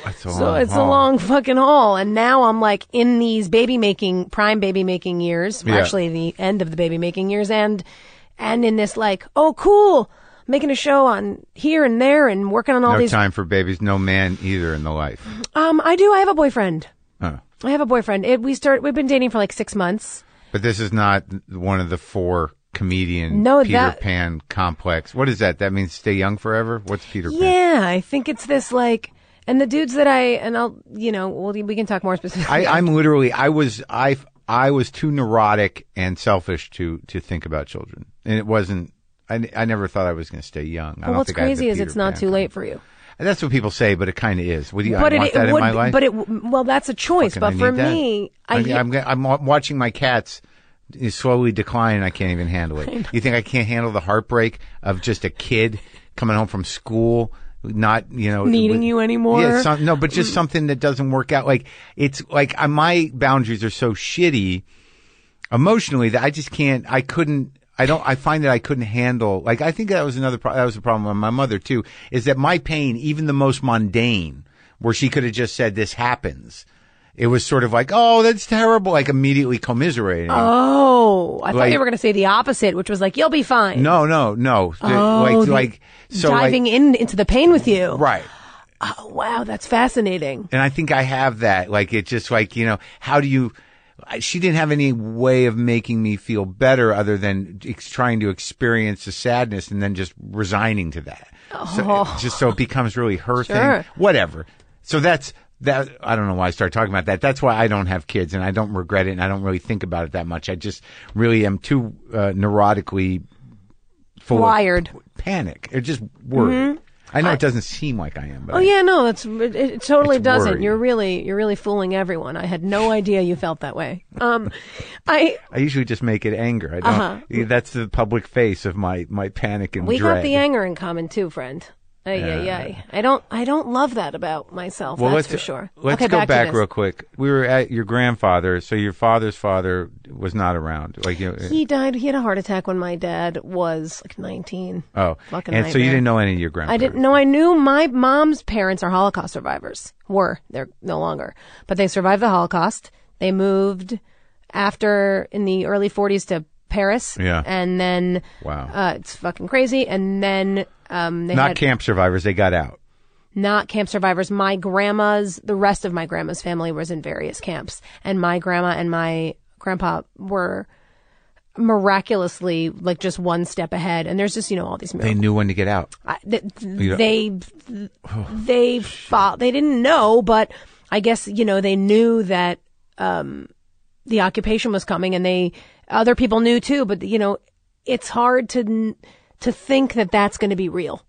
A: That's a
B: So
A: long
B: it's
A: haul.
B: a long fucking haul. And now I'm like in these baby making, prime baby making years,
A: Yeah.
B: actually the end of the baby making years and, and in this like, oh cool, making a show on here and there and working on all
A: No
B: these.
A: time for babies. No man either in the life.
B: Um, I do, I have a boyfriend.
A: Huh.
B: I have a boyfriend. It, we start, we've been dating for like six months.
A: But this is not one of the four comedian
B: No,
A: Peter
B: that-
A: Pan complex. What is that? That means stay young forever. What's Peter Pan?
B: Yeah, I think it's this like, and the dudes that I, and I'll, you know, well, we can talk more specifically.
A: I, I'm literally. I was. I. I was too neurotic and selfish to to think about children, and it wasn't. I, I never thought I was going to stay young. I don't
B: What's
A: think I had the
B: crazy is
A: Peter
B: it's not
A: Pan
B: too
A: complex.
B: late for you.
A: And that's what people say, but it kind of is. Would you?
B: But
A: I
B: it,
A: want
B: it
A: that
B: would,
A: in my life.
B: but it, well, that's a choice.
A: Fucking,
B: but
A: I
B: for
A: need that.
B: me,
A: I,
B: I,
A: am I'm wa- watching my cats slowly decline. and I can't even handle it. You think I can't handle the heartbreak of just a kid coming home from school, not you know
B: Needing you anymore?
A: Yeah, some, no, but
B: Mm.
A: just something that doesn't work out. Like it's like uh, my boundaries are so shitty emotionally that I just can't. I couldn't. I don't. I find that I couldn't handle. Like I think that was another. Pro- that was a problem with my mother too. Is that my pain, even the most mundane, where she could have just said this happens. It was sort of like, oh, that's terrible. Like immediately commiserating.
B: Oh, I thought
A: Like-
B: you were going to say the opposite, which was like, you'll be fine.
A: no, no, no.
B: Oh,
A: like,
B: the-
A: like, so like-
B: diving in into the pain with you.
A: right.
B: Oh, wow, that's fascinating.
A: And I think I have that. Like it just like, you know, how do you, I- she didn't have any way of making me feel better other than ex- trying to experience the sadness and then just resigning to that. So, it- just so it becomes really her
B: Oh. Sure.
A: thing. Whatever. So that's, that, I don't know why I started talking about that. That's why I don't have kids and I don't regret it and I don't really think about it that much. I just really am too uh, neurotically full
B: Wired. Mm-hmm.
A: of p- panic. Or just worried. I know it doesn't seem like I am, but
B: Oh
A: I-
B: yeah, no, that's it, it totally
A: It's
B: doesn't.
A: worrying.
B: You're really you're really fooling everyone. I had no idea you felt that way. Um, I
A: I usually just make it anger. I don't. That's the public face of my my panic and
B: Uh-huh. we
A: dread.
B: got the anger in common too, friend. Ay, ay, ay. I don't I don't love that about myself.
A: well,
B: that's
A: let's
B: for sure.
A: Let's
B: okay,
A: go
B: back,
A: back,
B: to this.
A: real quick. We were at your grandfather, so your father's father was not around. Like you.
B: He died. He had a heart attack when my dad was like 19.
A: oh, and
B: fucking
A: so you
B: nightmare.
A: didn't know any of your grandparents.
B: I didn't know. I knew my mom's parents are Holocaust survivors. Were they're no longer, but they survived the Holocaust. They moved after in the early 40s to Paris.
A: Yeah.
B: and then
A: Wow.
B: uh, it's fucking crazy. And then um, they
A: Not
B: had
A: camp survivors. They got out.
B: not camp survivors. My grandma's, the rest of my grandma's family was in various camps, and my grandma and my grandpa were miraculously like just one step ahead. And there's just you know all these miracles.
A: They knew when to get out.
B: I- th-
A: know- oh.
B: they they fought. They didn't know, but I guess you know they knew that um, the occupation was coming, and they other people knew too. But you know, it's hard to n- to think that that's going to be real.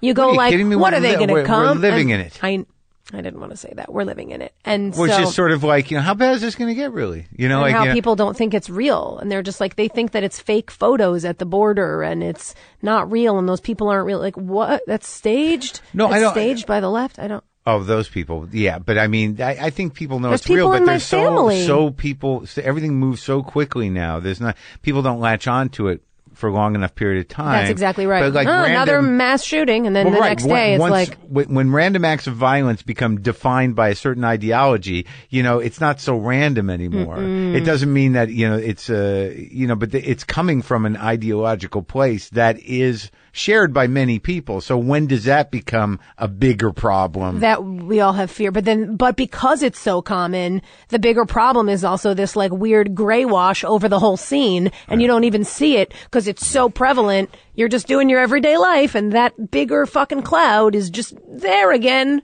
B: You go
A: Are you
B: like,
A: kidding me?
B: what
A: We're
B: are they
A: li-
B: going to
A: we're-
B: come?
A: we're living
B: And
A: in it.
B: I I didn't want to say that. We're living in it, and
A: Which
B: so
A: is sort of like you know how bad is this going to get really? You know,
B: and
A: like
B: how
A: you know,
B: people don't think it's real and they're just like they think that it's fake photos at the border and it's not real and those people aren't real like what that's staged
A: No, I
B: That's
A: don't-
B: staged by the left i don't
A: Oh, those people. Yeah, but I mean, I, I think people know
B: There's
A: it's real,
B: people
A: but
B: in my
A: there's so
B: family.
A: so people. So everything moves so quickly now. There's not people don't latch on to it for a long enough period of time.
B: that's exactly right
A: But like
B: Huh,
A: random,
B: another mass shooting and then
A: Well,
B: the
A: right,
B: next
A: when-
B: day it's
A: once-
B: like
A: when, when random acts of violence become defined by a certain ideology, you know, it's not so random anymore. It doesn't mean that you know it's uh, you know, but th- it's coming from an ideological place that is shared by many people. So when does that become a bigger problem?
B: that we all have fear but then but because it's so common the bigger problem is also this like weird gray wash over the whole scene and you don't even see it because it's so prevalent you're just doing your everyday life and that bigger fucking cloud is just there again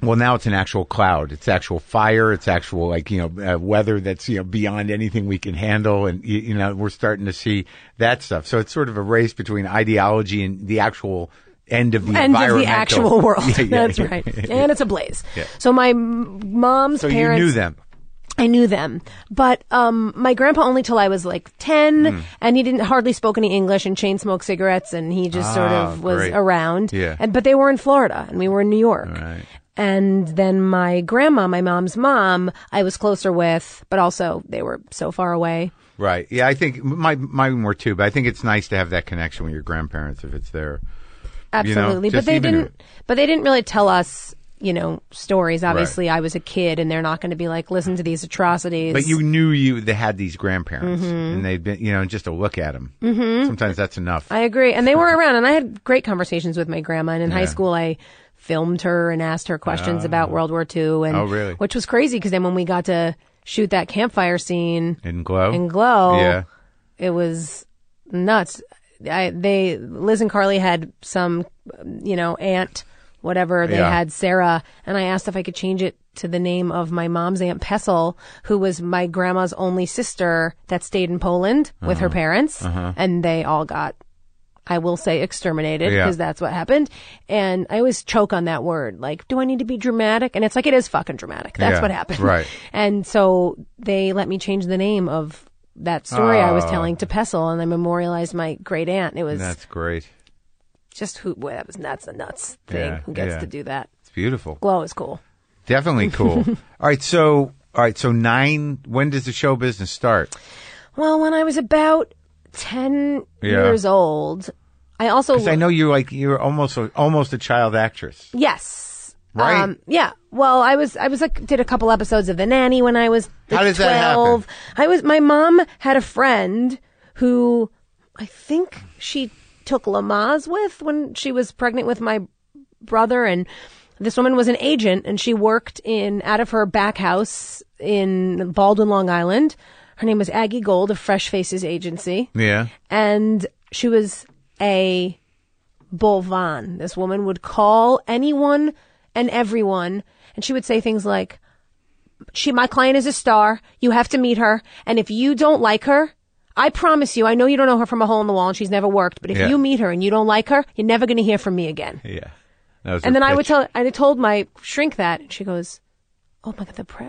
A: Well, now it's an actual cloud. It's actual fire. It's actual like you know uh, weather that's you know beyond anything we can handle, and you, you know we're starting to see that stuff. So it's sort of a race between ideology and the actual end of the
B: end of
A: environmental-
B: the actual world.
A: Yeah, yeah,
B: That's
A: yeah.
B: right. And it's a blaze. So my m- mom's
A: So
B: parents.
A: you knew them.
B: I knew them, but um, my grandpa only till I was like ten,
A: Hmm.
B: and he didn't hardly spoke any English and chain smoked cigarettes, and he just sort of
A: Ah,
B: was
A: great.
B: around.
A: Yeah.
B: And but they were in Florida, and we were in New York.
A: Right.
B: And then my grandma, my mom's mom, I was closer with, but also they were so far away.
A: Right. Yeah, I think my mine were too, but I think it's nice to have that connection with your grandparents if it's there. You know,
B: Absolutely, but
A: just
B: they
A: even-
B: didn't. But they didn't really tell us, you know, stories. Obviously, I was a kid, and they're not going to be like, listen to these atrocities.
A: But you knew you they had these grandparents,
B: Mm-hmm.
A: and they've been you know just to look at them. Mm-hmm. Sometimes that's enough.
B: I agree. And they were around and I had great conversations with my grandma. And in high school, I filmed her and asked her questions about World War II. And,
A: Ah. Oh, really?
B: Which was crazy because then when we got to shoot that campfire scene
A: and glow.
B: in Glow,
A: Yeah.
B: it was nuts. I, they, Liz and Carly had some, you know, aunt, whatever. They
A: Yeah.
B: had Sarah. And I asked if I could change it to the name of my mom's Aunt Pessel, who was my grandma's only sister that stayed in Poland with
A: Uh-huh.
B: her parents. And they all got I will say exterminated
A: Yeah.
B: because that's what happened. And I always choke on that word. Like, do I need to be dramatic? And it's like, it is fucking dramatic. That's
A: Yeah,
B: what happened.
A: right.
B: And so they let me change the name of that story I was telling to Pessel and I memorialized my great aunt. It was
A: Oh. That's great.
B: just who, boy, that was nuts and nuts thing.
A: Yeah,
B: who gets
A: yeah.
B: to do that?
A: It's beautiful.
B: Glow is cool.
A: Definitely cool. all right, so all right, so nine. When does the show business start?
B: Well, when I was about 10
A: Yeah.
B: years old, I also,
A: 'Cause I know you're like you're almost a, almost a child actress.
B: yes. Um,
A: Right.
B: yeah. Well, I was, I was like, did a couple episodes of The Nanny when I was like
A: How does that happen?
B: 12. I was, my mom had a friend who I think she took Lamaze with when she was pregnant with my brother. And this woman was an agent and she worked in, out of her back house in Baldwin, Long Island. Her name was Aggie Gold of Fresh Faces Agency
A: Yeah.
B: and she was a bovon. This woman would call anyone and everyone, and she would say things like, "She, my client is a star. You have to meet her, and if you don't like her, I promise you, I know you don't know her from a hole in the wall and she's never worked, but if
A: Yeah.
B: you meet her and you don't like her, you're never going to hear from me again.
A: Yeah. That was her
B: And then I would
A: pitch.
B: tell, I told my shrink that, and she goes, "Oh my god, the pre,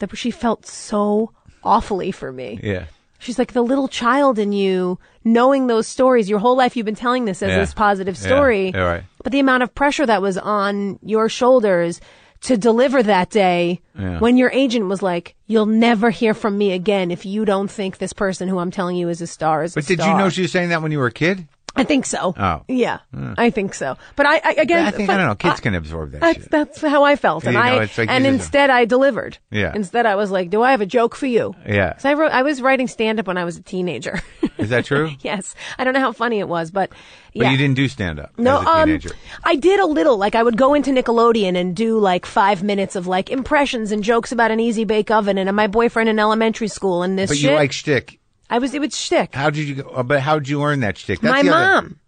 B: the she felt so awfully for me."
A: Yeah.
B: She's like the little child in you, knowing those stories. Your whole life you've been telling this as
A: Yeah.
B: this positive
A: Yeah.
B: story,
A: Yeah, right.
B: but the amount of pressure that was on your shoulders to deliver that day
A: Yeah.
B: when your agent was like, "You'll never hear from me again if you don't think this person who I'm telling you is a star is." a
A: But did you
B: star."
A: know she was saying that when you were a kid?
B: I think so.
A: Oh.
B: yeah, I think so. But I, I again,
A: I think
B: but
A: I don't know. Kids
B: I-
A: can absorb that
B: that's
A: shit.
B: that's how I felt, and
A: You know,
B: I
A: it's like you
B: and
A: just-
B: instead I delivered.
A: Yeah.
B: Instead, I was like, "Do I have a joke for you?"
A: Yeah.
B: 'Cause I wrote, I was writing stand up when I was a teenager.
A: Is that true?
B: yes, I don't know how funny it was, but yeah.
A: But you didn't do stand up
B: no,
A: as a
B: um,
A: teenager.
B: I did a little. Like I would go into Nickelodeon and do like five minutes of like impressions and jokes about an easy bake oven and my boyfriend in elementary school and this
A: but
B: shit.
A: you like shtick.
B: I was it was shtick.
A: How did you? go- uh, But how did you learn that shtick? That's
B: My
A: the other-
B: mom.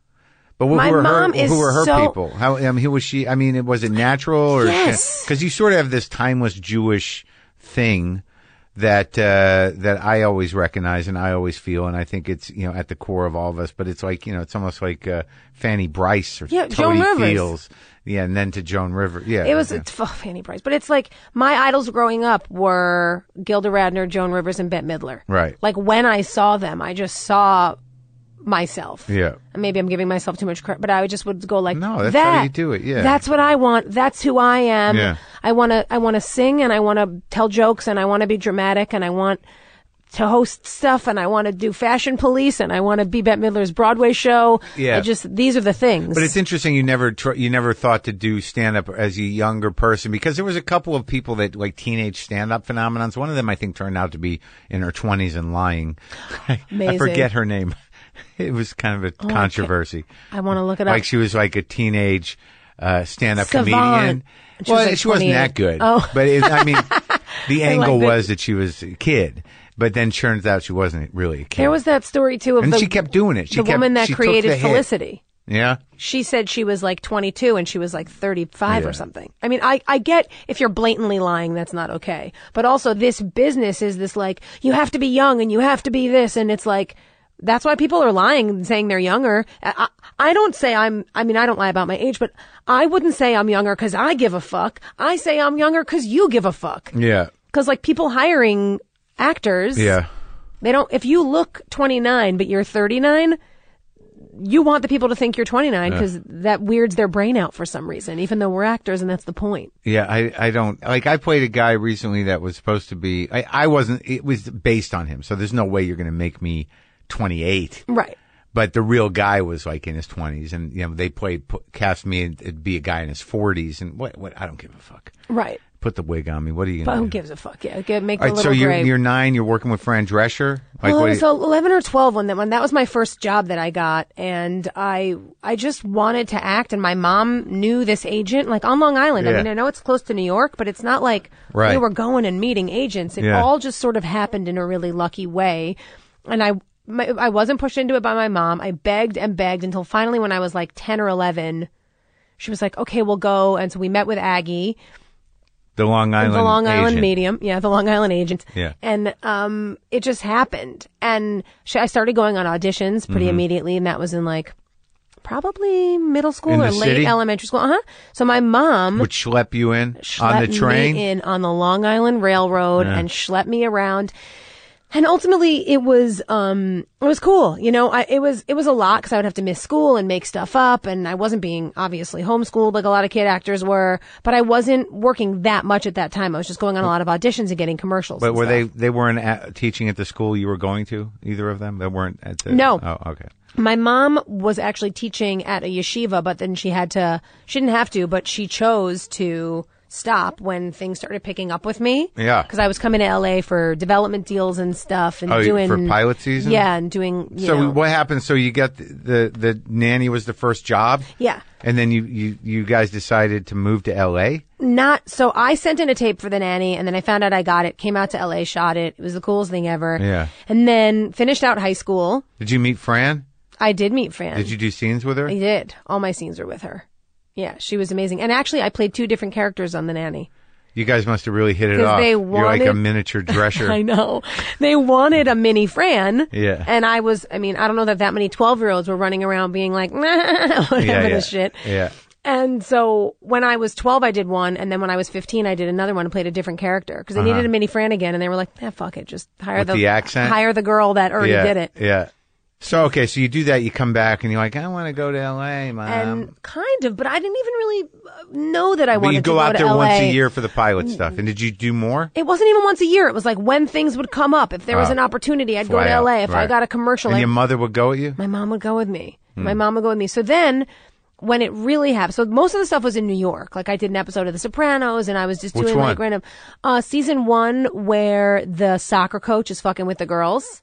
A: But who
B: my
A: were
B: mom
A: her,
B: is
A: who were her
B: so-
A: people? How I mean, who was she? I mean, it was it natural or
B: Yes.
A: because you sort of have this timeless Jewish thing that uh, that I always recognize and I always feel, and I think it's you know at the core of all of us. But it's like you know, it's almost like uh, Fanny Bryce or
B: Yeah, Joan
A: Tony
B: Rivers.
A: Fields, yeah, and then to Joan Rivers. Yeah,
B: It was
A: yeah.
B: it's, oh, Fanny Price, but it's like my idols growing up were Gilda Radner, Joan Rivers, and Bette Midler.
A: Right.
B: Like when I saw them, I just saw myself.
A: Yeah.
B: And Maybe I'm giving myself too much credit, but I just would go like,
A: No, that's
B: that,
A: how you do it, yeah.
B: that's what I want. That's who I am.
A: Yeah.
B: I want to. I want to sing, and I want to tell jokes, and I want to be dramatic, and I want to host stuff, and I want to do fashion police, and I want to be Bette Midler's Broadway show.
A: Yeah.
B: I just these are the things.
A: But it's interesting you never tr- you never thought to do stand up as a younger person because there was a couple of people that like teenage stand up phenomenons. One of them I think turned out to be in her twenties and lying. I
B: Amazing. Oh,
A: forget her name. It was kind of a controversy.
B: I want to look it up.
A: Like she was like a teenage uh, stand up
B: Savant.
A: comedian.
B: And she
A: Well,
B: was, like,
A: she wasn't
B: 28.
A: that good.
B: Oh.
A: But it, I mean, the angle
B: like that.
A: was that she was a kid. But then turns out she wasn't really a kid.
B: There was that story too of
A: and
B: the,
A: she kept doing it. She
B: the
A: kept,
B: woman that
A: she took the
B: created
A: hit.
B: Felicity.
A: Yeah.
B: She said she was like 22 and she was like 35
A: Yeah.
B: or something. I mean, I, I get if you're blatantly lying, that's not okay. But also this business is this like, you have to be young and you have to be this. And it's like, that's why people are lying and saying they're younger. I, I I don't say I'm, I mean, I don't lie about my age, but I wouldn't say I'm younger cause I give a fuck. I say I'm younger cause you give a fuck.
A: Yeah.
B: Cause like people hiring actors.
A: Yeah.
B: They don't. If you look 29 but you're 39, you want the people to think you're 29 because that weirds their brain out for some reason. Even though we're actors, and that's the point.
A: Yeah, I, I don't like. I played a guy recently that was supposed to be. I, I wasn't. It was based on him, so there's no way you're going to make me 28.
B: Right.
A: But the real guy was like in his 20s, and you know they played pu- cast me and it'd be a guy in his 40s, and what? What? I don't give a fuck.
B: Right.
A: Put the wig on me. What are you
B: But who
A: going to do?
B: gives a fuck? Yeah. Get, make the
A: All right, so
B: little
A: you're
B: gray.
A: you're nine. You're working with Fran Drescher. Like,
B: well,
A: what
B: it
A: do
B: was
A: you-
B: 11 or 12 when that when that was my first job that I got, and I I just wanted to act, and my mom knew this agent like on Long Island.
A: Yeah.
B: I mean, I know it's close to New York, but it's not like
A: Right.
B: we were going and meeting agents. It
A: Yeah.
B: all just sort of happened in a really lucky way, and I. My, I wasn't pushed into it by my mom. I begged and begged until finally, when I was like 10 or 11, she was like, okay, we'll go. And so we met with Aggie,
A: the Long Island.
B: the Long Island
A: agent.
B: medium. Yeah, the Long Island agent.
A: Yeah.
B: And um, it just happened. And sh- I started going on auditions pretty
A: Mm-hmm.
B: immediately, and that was in like probably middle school
A: In
B: or
A: the
B: late
A: city?
B: elementary school. Uh huh. So my mom
A: Would schlep you in on
B: schlepped
A: the train.
B: me in on the Long Island Railroad and schlepped me around. And ultimately, it was um, it was cool. You know, I, it was it was a lot because I would have to miss school and make stuff up, and I wasn't being obviously homeschooled like a lot of kid actors were. But I wasn't working that much at that time. I was just going on a lot of auditions and getting commercials.
A: But
B: and
A: were
B: stuff.
A: they they weren't at, teaching at the school you were going to? Either of them? They weren't at the.
B: No.
A: Oh, okay.
B: My mom was actually teaching at a yeshiva, but then she had to. She didn't have to, but she chose to stop when things started picking up with me.
A: Yeah.
B: because I was coming to LA for development deals and stuff, and
A: Oh,
B: doing
A: for pilot season?
B: Yeah, and doing. You
A: So
B: know,
A: what happened? So you got the, the the nanny was the first job.
B: Yeah.
A: And then you you you guys decided to move to L.A.
B: not so I sent in a tape for the nanny and then I found out I got it, came out to LA, shot it. It was the coolest thing ever.
A: Yeah.
B: And then finished out high school.
A: Did you meet Fran?
B: I did meet Fran.
A: Did you do scenes with her?
B: I did. All my scenes were with her. Yeah, she was amazing. And actually I played two different characters on the nanny.
A: You guys must have really hit it
B: 'Cause
A: off.
B: they
A: You're like a
B: wanted-
A: miniature dresser.
B: I know. They wanted a mini Fran.
A: Yeah.
B: And I was, I mean, I don't know that that many 12 year olds were running around being like, nah, whatever
A: yeah, yeah.
B: the shit.
A: Yeah.
B: And so when I was 12, I did one. And then when I was 15, I did another one and played a different character because they needed a mini Fran again. And they were like, eh, fuck it. Just hire
A: Uh-huh. With the accent?
B: hire the girl that already
A: yeah.
B: did it.
A: Yeah. So okay, so you do that, you come back and you're like, I want to go to LA, mom.
B: And kind of, but I didn't even really uh, know that I
A: but
B: wanted
A: you go,
B: to go
A: out
B: to
A: there
B: LA.
A: once a year for the pilot stuff. And did you do more?
B: It wasn't even once a year. It was like when things would come up. If there was an opportunity, I'd go
A: Uh, Fly
B: to
A: out,
B: LA. If I
A: right.
B: got a commercial,
A: And
B: I'd
A: your mother would go with you?
B: My mom would go with me.
A: Hmm.
B: My mom would go with me. So then when it really happened, so most of the stuff was in New York. Like I did an episode of The Sopranos and I was just
A: Which
B: doing like
A: one?
B: random, uh, season one where the soccer coach is fucking with the girls.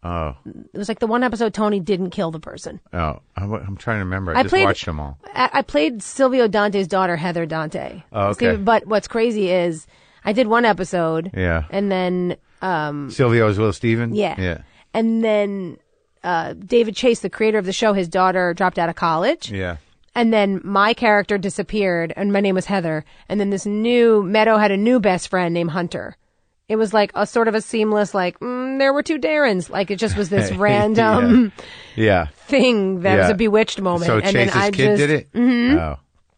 A: Oh.
B: It was like the one episode Tony didn't kill the person.
A: Oh. I, am trying to remember. I,
B: I
A: just
B: played-
A: watched them all.
B: I, I played Silvio Dante's daughter, Heather Dante.
A: Oh, okay.
B: but what's crazy is I did one episode.
A: Yeah.
B: And then, um,
A: Silvio is Will Steven?
B: Yeah.
A: Yeah.
B: And then uh, David Chase, the creator of the show, his daughter dropped out of college.
A: Yeah.
B: And then my character disappeared, and my name was Heather. And then this new Meadow had a new best friend named Hunter. It was like a sort of a seamless, like mm, there were two Darrens. Like it just was this random
A: Yeah.
B: thing that was
A: Yeah.
B: a bewitched moment.
A: So
B: and
A: Chase's
B: then I
A: kid
B: just,
A: did it? Mm-hmm. Oh.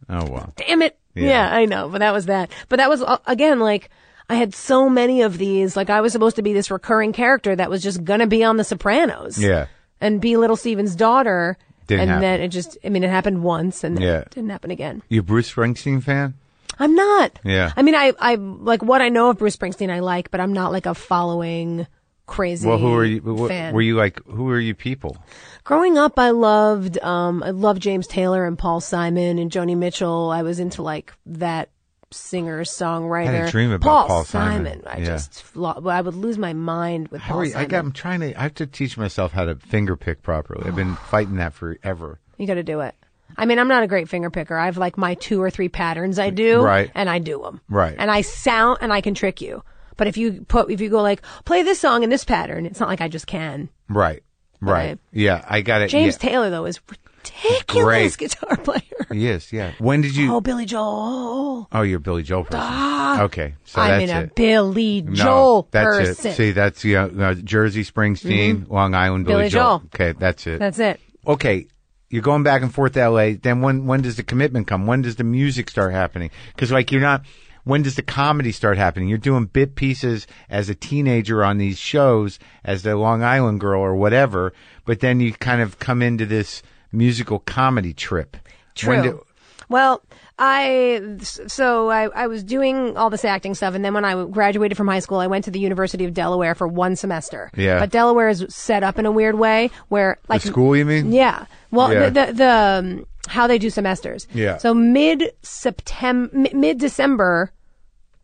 A: Oh well.
B: damn it. Yeah. I know. But that was that. But that was, uh, again, like, I had so many of these. Like, I was supposed to be this recurring character that was just gonna be on The Sopranos.
A: Yeah.
B: And be Little Steven's daughter.
A: Didn't
B: and
A: happen.
B: then it just, I mean, it happened once and then
A: Yeah.
B: it didn't happen again.
A: You a Bruce Springsteen fan?
B: I'm not.
A: Yeah.
B: I mean, I, I, like, what I know of Bruce Springsteen, I like, but I'm not like a following crazy
A: Well, who are you? wh-
B: fan.
A: Were you like who are you people?
B: Growing up, I loved, um, I loved James Taylor and Paul Simon and Joni Mitchell. I was into like that singer songwriter.
A: I had a dream about Paul Simon.
B: I
A: Yeah.
B: just, lo- well, I would lose my mind with
A: How
B: Paul
A: are you? I
B: Simon.
A: got, I'm trying to. I have to teach myself how to finger pick properly. I've been fighting that forever.
B: you got to do it. I mean, I'm not a great finger picker. I have like my two or three patterns I do,
A: Right.
B: And I do them,
A: Right.
B: And I sound and I can trick you. But if you put, if you go like, play this song in this pattern, it's not like I just can.
A: Right. Right.
B: Okay.
A: Yeah. I got it.
B: James
A: Yeah.
B: Taylor though is ridiculous
A: Great.
B: guitar player.
A: yes. Yeah. When did you?
B: Oh,
A: Oh,
B: Billy Joel.
A: you're a Billy Joel person. okay. So
B: I'm
A: that's
B: in a
A: it.
B: Billy
A: No,
B: Joel
A: that's
B: person. Mm-hmm.
A: it. See, that's you know, uh, Jersey, Springsteen, Long Island, Billy,
B: Billy Joel.
A: Okay, that's it.
B: That's it.
A: okay, you're going back and forth to LA. Then when when does the commitment come? When does the music start happening? Because like you're not. When does the comedy start happening? You're doing bit pieces as a teenager on these shows as the Long Island girl or whatever, but then you kind of come into this musical comedy trip.
B: True.
A: When do-
B: well, I so I, I was doing all this acting stuff, and then when I graduated from high school, I went to the University of Delaware for one semester.
A: Yeah.
B: but Delaware is set up in a weird way where like
A: school, you mean?
B: Yeah, well,
A: Yeah.
B: the the, the um, how they do semesters.
A: Yeah.
B: so mid September, mid December,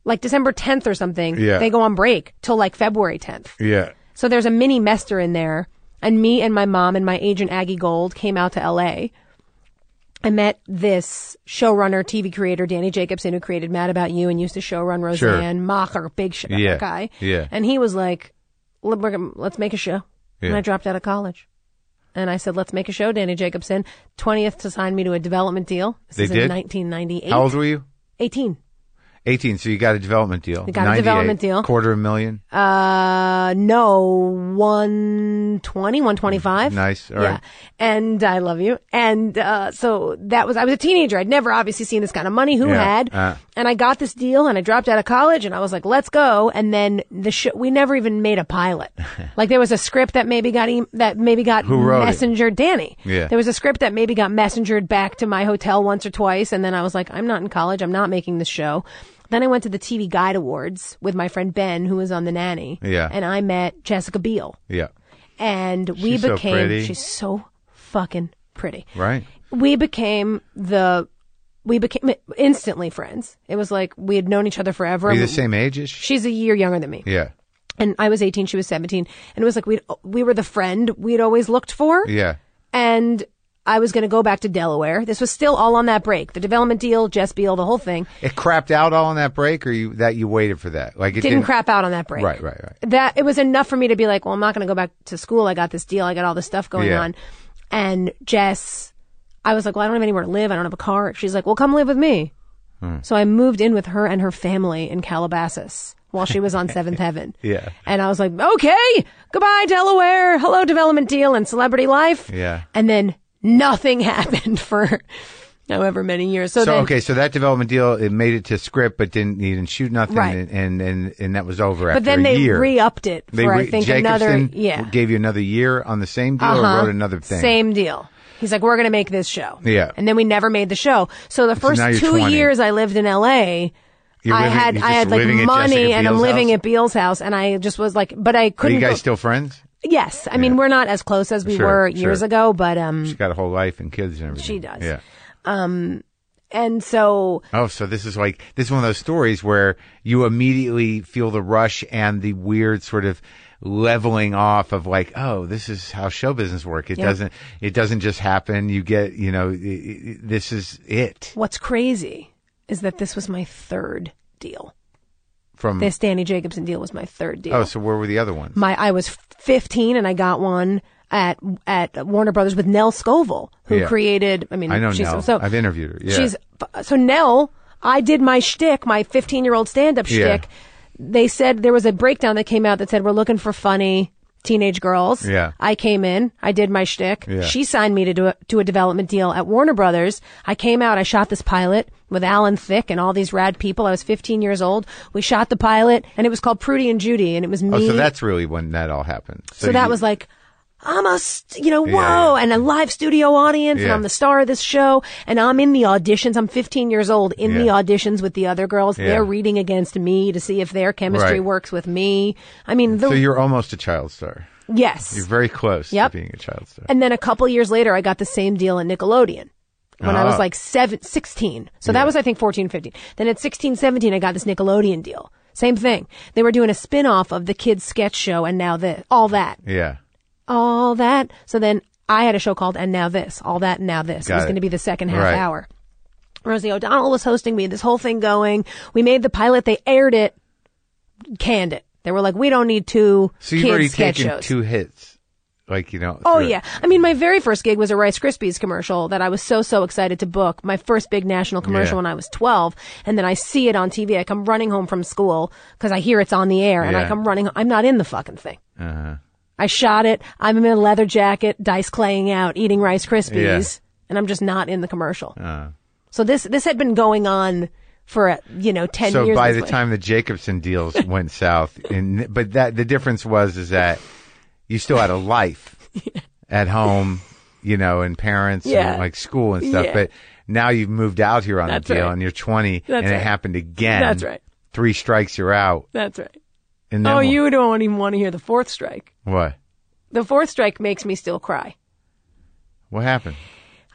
B: like December 10th or something.
A: Yeah.
B: they go on break till like February 10th.
A: Yeah.
B: So there's a mini mester in there. And me and my mom and my agent Aggie Gold came out to LA. I met this showrunner, TV creator, Danny Jacobson, who created Mad About You and used to showrun Roseanne, Macher, big shit
A: Yeah.
B: guy.
A: Yeah.
B: And he was like, "Let- we're gonna- let's make a show. And
A: Yeah.
B: I dropped out of college. And I said, let's make a show, Danny Jacobson. 20th to sign me to a development deal. This
A: They
B: is
A: did?
B: in 1998.
A: How old were you?
B: 18.
A: 18. So you got a development deal.
B: got a
A: 98,
B: development deal.
A: Quarter of a million.
B: Uh, no, 120, 125.
A: Nice. All
B: yeah.
A: right.
B: And I love you. And, uh, so that was, I was a teenager. I'd never obviously seen this kind of money. Who
A: Yeah,
B: had?
A: uh.
B: and I got this deal and I dropped out of college and I was like, let's go. And then the show, we never even made a pilot. like there was a script that maybe got, em that maybe got
A: wrote it?
B: messengered Danny.
A: Yeah.
B: There was a script that maybe got messengered back to my hotel once or twice. And then I was like, I'm not in college. I'm not making this show. Then I went to the TV Guide Awards with my friend Ben, who was on The Nanny.
A: Yeah.
B: And I met Jessica Biel.
A: Yeah.
B: And we
A: She's so
B: became,
A: pretty.
B: she's so fucking pretty.
A: Right.
B: We became the, we became instantly friends. It was like we had known each other forever.
A: Are you the same age ish?
B: She's a year younger than me
A: Yeah.
B: and I was 18, she was 17, and it was like we we were the friend we'd always looked for.
A: Yeah.
B: And I was going to go back to Delaware. This was still all on that break, the development deal, Jess Beal, the whole thing.
A: It crapped out all on that break, or you that you waited for that? Like it
B: Didn't crap out on that break.
A: Right, right, right.
B: That it was enough for me to be like, well, I'm not going to go back to school. I got this deal. I got all this stuff going
A: Yeah.
B: on. And Jess, I was like, well, I don't have anywhere to live. I don't have a car. She's like, well, come live with me.
A: Hmm.
B: So I moved in with her and her family in Calabasas while she was on Seventh Heaven.
A: Yeah.
B: And I was like, okay, goodbye, Delaware. Hello, development deal and celebrity life.
A: Yeah.
B: And then nothing happened for however many years. So,
A: So
B: then,
A: okay, so that development deal it made it to script, but didn't you didn't shoot nothing,
B: Right.
A: and, and and and that was over after
B: but then
A: a
B: they
A: year.
B: re-upped it for I
A: re-
B: think another
A: Jacobson
B: yeah
A: gave you another year on the same deal,
B: Uh-huh.
A: or wrote another thing.
B: Same deal. He's like, we're going to make this show.
A: Yeah.
B: And then we never made the show. So the first
A: now you're
B: two
A: 20.
B: years I lived in LA,
A: You're
B: I
A: living-
B: had
A: you're
B: I
A: just
B: had like
A: living at
B: money
A: Jessica
B: and I'm
A: Biel's
B: living
A: house?
B: at Beale's house and I just was like, but I
A: Are
B: couldn't.
A: you guys
B: go-
A: still friends?
B: yes. I mean, we're not as close as we
A: Sure,
B: were years
A: sure.
B: ago, but, um,
A: She's got a whole life and kids and everything.
B: She does.
A: Yeah.
B: and so
A: Oh, so this is like this is one of those stories where you immediately feel the rush and the weird sort of leveling off of like, oh, this is how show business work. It doesn't it doesn't just happen. You get, you know, i i this is it
B: what's crazy is that this was my third deal.
A: from
B: This Danny Jacobson deal was my third deal.
A: Oh, so where were the other ones?
B: my I was 15 and I got one at at Warner Brothers with Nell Scovell, who
A: Yeah.
B: created. I mean,
A: I know
B: she's
A: now.
B: so
A: I've interviewed her. Yeah.
B: she's so Nell. I did my shtick, my 15 year old stand up
A: Yeah.
B: shtick. They said there was a breakdown that came out that said we're looking for funny teenage girls.
A: Yeah.
B: I came in, I did my shtick.
A: Yeah.
B: She signed me to do a, to a development deal at Warner Brothers. I came out, I shot this pilot with Alan Thicke and all these rad people. I was 15 years old. We shot the pilot and it was called Prudy and Judy and it was me
A: oh, so that's really when that all happened.
B: so that
A: you-
B: was like, I'm a, st- you know, whoa,
A: yeah.
B: and a live studio audience, and
A: Yeah.
B: I'm the star of this show, and I'm in the auditions. I'm 15 years old in the
A: Yeah.
B: auditions with the other girls.
A: Yeah.
B: They're reading against me to see if their chemistry
A: Right.
B: works with me. I mean, the,
A: So you're almost a child star.
B: yes.
A: You're very close
B: Yep.
A: to being a child star.
B: And then a couple years later, I got the same deal at Nickelodeon when I was
A: Oh.
B: like seven, 16. So that was, I think, 14, 15. Then at 16, 17, I got this Nickelodeon deal. Same thing. They were doing a spin off of the kids sketch show and now this, all that.
A: Yeah.
B: all that. So then I had a show called And Now This, All That, Now This.
A: Got
B: it was
A: it.
B: going to be the second half
A: Right.
B: hour. Rosie O'Donnell was hosting me, this whole thing going. We made the pilot, they aired it, canned it. They were like, we don't need two
A: So you've
B: kids
A: already
B: sketch
A: taken
B: shows.
A: two hits. Like, you know.
B: Oh
A: through-
B: yeah, I mean, my very first gig was a Rice Krispies commercial that I was so so excited to book. My first big national commercial
A: Yeah.
B: when I was twelve, and then I see it on TV. I come running home from school because I hear it's on the air, and I
A: Yeah. Uh-huh.
B: come running. I'm not in the fucking thing. I shot it. I'm in a leather jacket, dice claying out, eating Rice Krispies, and I'm just not in the commercial.
A: Uh.
B: So this this had been going on for uh, you know ten
A: so
B: years.
A: by
B: this
A: the
B: way.
A: time the Jacobson deals went south, and but that the difference was is that you still had a life at home, you know, and parents
B: Yeah.
A: and like school and stuff.
B: Yeah.
A: But now you've moved out here on
B: That's
A: the deal,
B: right.
A: and you're 20, and it
B: right.
A: happened again.
B: That's right.
A: Three strikes, you're out.
B: that's right.
A: And then
B: Oh,
A: what-
B: you don't even want to hear the fourth strike.
A: what?
B: The fourth strike makes me still cry.
A: What happened?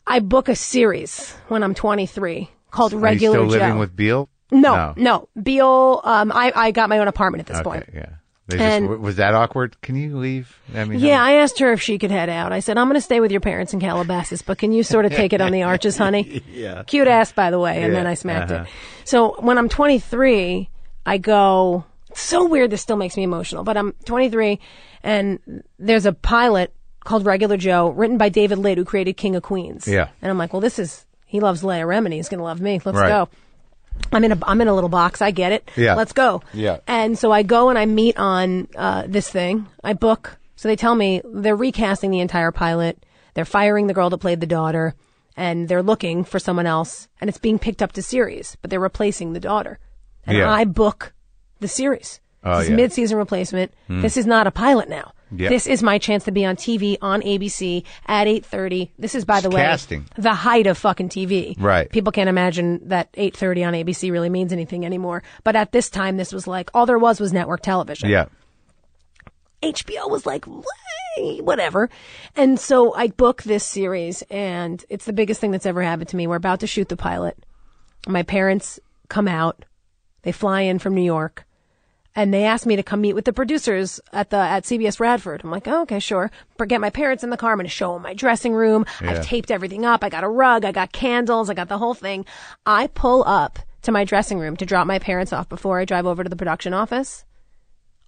B: I book a series when I'm 23 called
A: Are you
B: Regular
A: still living
B: Joe.
A: with Beal?
B: no, no, Beale. Um, I I got my own apartment at this point.
A: Okay, yeah. They
B: And-
A: just, was that awkward? Can you leave? I mean,
B: Yeah, I asked her if she could head out. I said, I'm going to stay with your parents in Calabasas, but can you sort of take it on the arches, honey? yeah. Cute ass, by the way. And then I smacked
A: Uh-huh.
B: it. So when I'm 23, I go, it's so weird. This still makes me emotional, but I'm 23 and there's a pilot called Regular Joe written by David Lid who created King of Queens.
A: Yeah.
B: And I'm like, well, this is, he loves Leia Remini. He's going to love me. Let's
A: Right.
B: go. I'm in a I'm in a little box. I get it.
A: Yeah.
B: Let's go.
A: Yeah.
B: And so I go and I meet on uh, this thing. I book. So they tell me they're recasting the entire pilot. They're firing the girl that played the daughter, and they're looking for someone else. And it's being picked up to series, but they're replacing the daughter. And
A: Yeah.
B: I book the series.
A: Oh,
B: this is
A: yeah. Hmm.
B: mid-season replacement. This is not a pilot now.
A: Yep.
B: This is my chance to be on TV on ABC at 8:30. This is, by the way,
A: casting.
B: the height of fucking TV.
A: Right.
B: People can't imagine that 8:30 on ABC really means anything anymore. But at this time, this was like all there was was network television.
A: yeah.
B: HBO was like "Wah," whatever, and so I book this series, and it's the biggest thing that's ever happened to me. We're about to shoot the pilot. My parents come out. They fly in from New York. And they asked me to come meet with the producers at the at CBS Radford. I'm like, oh, okay, sure. But get my parents in the car. I'm going to show them my dressing room.
A: Yeah.
B: I've taped everything up. I got a rug. I got candles. I got the whole thing. I pull up to my dressing room to drop my parents off before I drive over to the production office.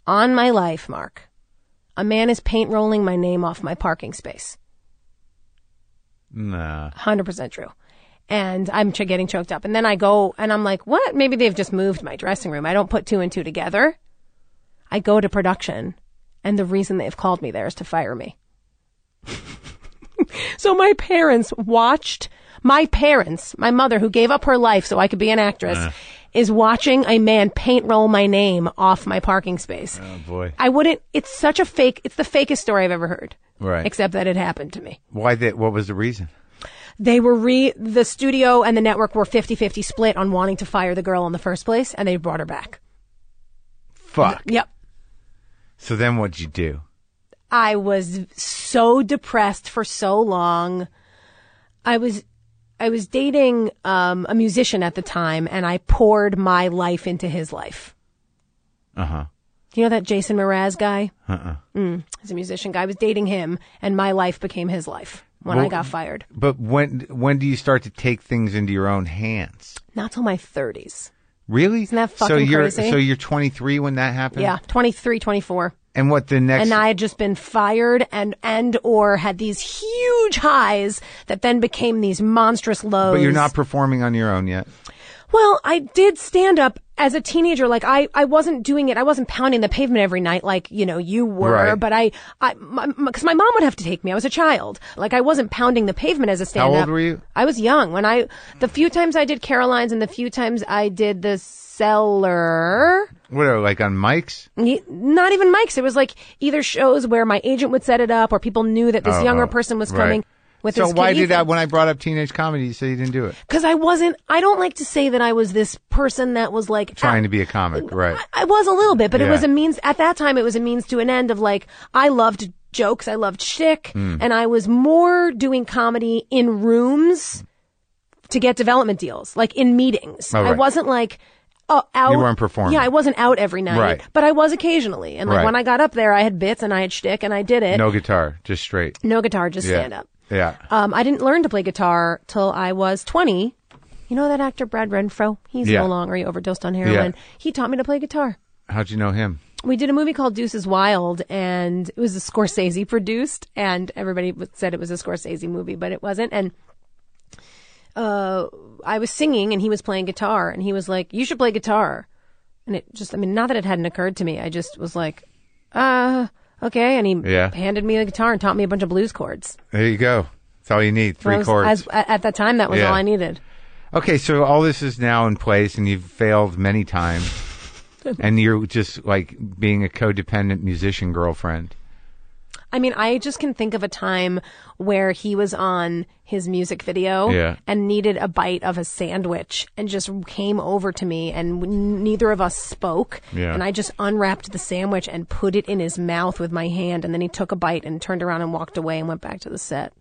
B: On my life, Mark, a man is paint rolling my name off my parking space.
A: Nah.
B: 100% true. and I'm ch- getting choked up. And then I go and I'm like, what? Maybe they've just moved my dressing room. I don't put two and two together. I go to production, and the reason they've called me there is to fire me. so my parents watched my parents, my mother, who gave up her life so I could be an actress, is watching a man paint roll my name off my parking space.
A: Oh boy.
B: I wouldn't. It's such a fake. It's the fakest story I've ever heard.
A: Right.
B: Except that it happened to me.
A: Why did what was the reason?
B: They were re the studio and the network were 50-50 split on wanting to fire the girl in the first place, and they brought her back.
A: Fuck.
B: Yep.
A: So then what'd you do?
B: I was so depressed for so long. I was I was dating um, a musician at the time, and I poured my life into his life.
A: Uh-huh.
B: You know that Jason Mraz guy? Mm,
A: Uh-uh.
B: He's a musician guy. I was dating him, and my life became his life when I got fired.
A: But when when do you start to take things into your own hands?
B: Not till my 30s.
A: Really? Isn't
B: that
A: so
B: fucking
A: you're,
B: crazy?
A: So you're 23 when that happened?
B: Yeah, 23, 24.
A: And what the next?
B: and I had just been fired and and or had these huge highs that then became these monstrous lows.
A: but you're not performing on your own yet.
B: Well, I did stand up as a teenager. Like I, I wasn't doing it. I wasn't pounding the pavement every night like you know you were.
A: Right.
B: But I, I, because my, mom would have to take me. I was a child. Like I wasn't pounding the pavement as a stand-up.
A: old were you?
B: I was young when I. The few times I did Caroline's and the few times I did the cellar.
A: What are like on mics?
B: Ye- not even mics. It was like either shows where my agent would set it up, or people knew that this
A: Oh,
B: younger
A: oh,
B: person was
A: right.
B: coming with
A: So
B: this. Uh,
A: why did that? When I brought up teenage comedy, you said you didn't do it.
B: Because I wasn't. I don't like to say that I was this person that was like ah,
A: Trying to be a comic, right?
B: I, I was a little bit, but it
A: Yeah.
B: was a means. At that time, it was a means to an end of like I loved jokes, I loved shtick,
A: Mm.
B: and I was more doing comedy in rooms to get development deals, like in meetings.
A: Oh,
B: I
A: right.
B: wasn't like. Uh, out.
A: You weren't performing.
B: Yeah, I wasn't out every night,
A: Right.
B: but I was occasionally. And like
A: Right.
B: when I got up there, I had bits and I had shtick and I did it.
A: No guitar, just straight.
B: No guitar, just
A: Yeah.
B: stand up.
A: Yeah.
B: Um, I didn't learn to play guitar till I was 20. You know that actor Brad Renfro? He's
A: Yeah.
B: no longer. He overdosed on heroin. He taught me to play guitar.
A: How'd you know him?
B: We did a movie called Deuces Wild, and it was a Scorsese produced, and everybody w- said it was a Scorsese movie, but it wasn't. And uh, I was singing, and he was playing guitar, and he was like, "You should play guitar." And it just—I mean, not that it hadn't occurred to me, I just was like, "Uh, okay." And he
A: Yeah.
B: handed me the guitar and taught me a bunch of blues chords.
A: There you go. That's all you need. Three
B: That was-
A: chords.
B: as- at, at that time, that was
A: Yeah.
B: all I needed.
A: Okay, so all this is now in place, and you've failed many times, and you're just like being a codependent musician girlfriend.
B: I mean, I just can think of a time where he was on his music video
A: Yeah.
B: and needed a bite of a sandwich and just came over to me and w- neither of us spoke.
A: Yeah.
B: And I just unwrapped the sandwich and put it in his mouth with my hand. And then he took a bite and turned around and walked away and went back to the set.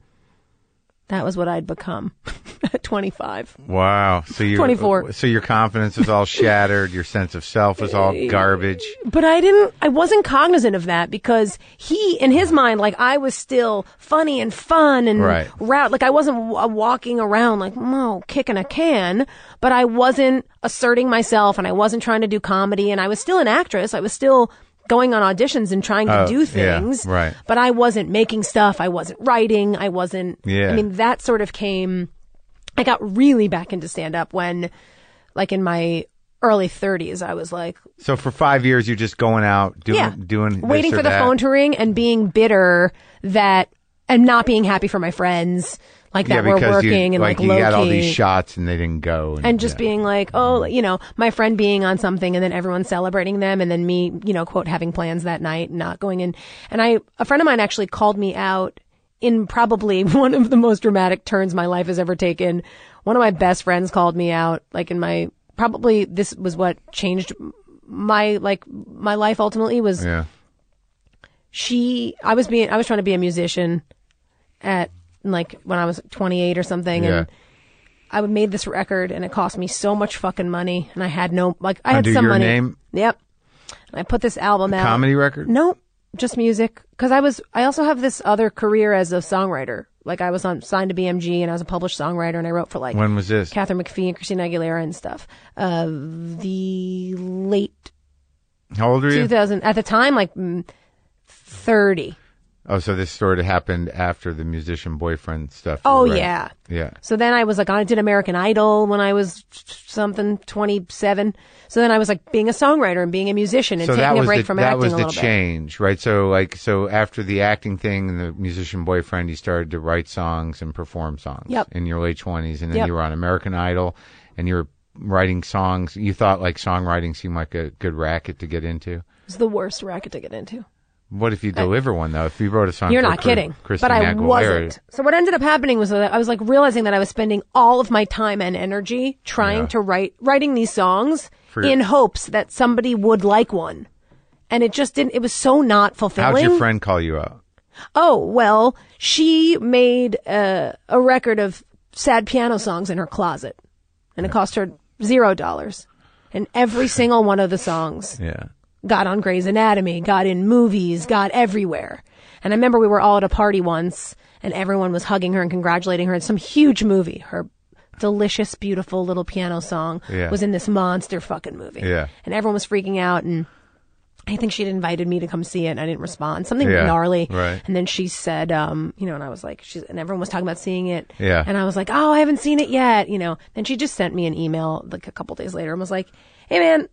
B: That was what I'd become at 25.
A: Wow. So you're
B: 24.
A: So your confidence is all shattered. Your sense of self is all garbage.
B: But I didn't, I wasn't cognizant of that because he, in his mind, like I was still funny and fun and
A: Right.
B: route. Like I wasn't w- uh, walking around like, whoa, kicking a can, but I wasn't asserting myself and I wasn't trying to do comedy and I was still an actress. I was still going on auditions and trying to
A: Oh,
B: do
A: yeah,
B: things.
A: right.
B: But I wasn't making stuff. I wasn't writing. I wasn't,
A: Yeah.
B: I mean, that sort of came, I got really back into stand up when, like in my, Early 30s, I was like,
A: So for five years, you're just going out doing
B: yeah.
A: doing this
B: waiting
A: or
B: for the
A: that.
B: phone to ring and being bitter that and not being happy for my friends like
A: yeah,
B: that we're
A: because
B: working
A: you,
B: and like,
A: you
B: low
A: got all
B: key.
A: these shots and they didn't go,
B: and just
A: yeah.
B: being like, oh, you know, my friend being on something and then everyone celebrating them and then me, you know, quote, having plans that night, not going in. And I, a friend of mine actually called me out in probably one of the most dramatic turns my life has ever taken. One of my best friends called me out, like in my, probably this was what changed my, like, my life ultimately was
A: yeah.
B: she I was being I was trying to be a musician at like when I was 28 or something
A: Yeah.
B: and I would made this record and it cost me so much fucking money and I had no like I had
A: Under
B: some
A: your
B: money.
A: name?
B: Yep. And I put this album out.
A: Comedy record.
B: No, just music cuz I was I also have this other career as a songwriter. Like I was on signed to BMG and I was a published songwriter and I wrote for like
A: When was this?
B: Catherine McPhee and Christina Aguilera and stuff. Uh the late
A: How old were you?
B: 2000 at the time like mm, 30.
A: Oh, so this sort of happened after the musician boyfriend stuff.
B: Oh,
A: right.
B: yeah.
A: Yeah.
B: So then I was like, I did American Idol when I was something, 27. So then I was like being a songwriter and being a musician and
A: So that
B: taking a
A: was
B: break
A: the,
B: from
A: that
B: acting
A: was
B: a
A: the
B: little bit.
A: change, right? So like so after the acting thing and the musician boyfriend, you started to write songs and perform songs
B: Yep.
A: in your late twenties, and then
B: Yep.
A: you were on American Idol, and you were writing songs. You thought like songwriting seemed like a good racket to get into.
B: It was the worst racket to get into.
A: What if you deliver one though? If you wrote a song,
B: You're
A: for
B: not
A: Cri-
B: kidding.
A: Christina
B: But I
A: Aguilera,
B: wasn't. So what ended up happening was that I was like realizing that I was spending all of my time and energy trying to write writing these songs
A: For-
B: in hopes that somebody would like one. And it just didn't it was so not fulfilling.
A: How'd your friend call you out?
B: oh well she made a, a record of sad piano songs in her closet and it cost her zero dollars and every single one of the songs
A: Yeah.
B: got on Grey's Anatomy, got in movies, got everywhere. And I remember we were all at a party once and everyone was hugging her and congratulating her in some huge movie. Her delicious, beautiful little piano song
A: Yeah.
B: was in this monster fucking movie.
A: Yeah.
B: And everyone was freaking out and I think she'd invited me to come see it and I didn't respond. Something
A: Yeah,
B: gnarly.
A: right.
B: And then she said, um, you know, and I was like, she's, and everyone was talking about seeing it.
A: Yeah.
B: And I was like, oh, I haven't seen it yet. You know, then she just sent me an email like a couple days later and was like, hey man,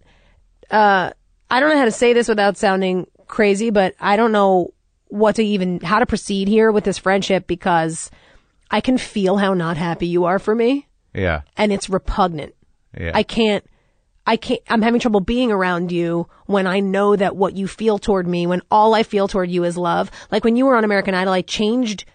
B: uh, I don't know how to say this without sounding crazy, but I don't know what to even how to proceed here with this friendship because I can feel how not happy you are for me
A: Yeah.
B: and it's repugnant.
A: Yeah.
B: I can't I can't I'm having trouble being around you when I know that what you feel toward me when all I feel toward you is love. Like when you were on American Idol, I changed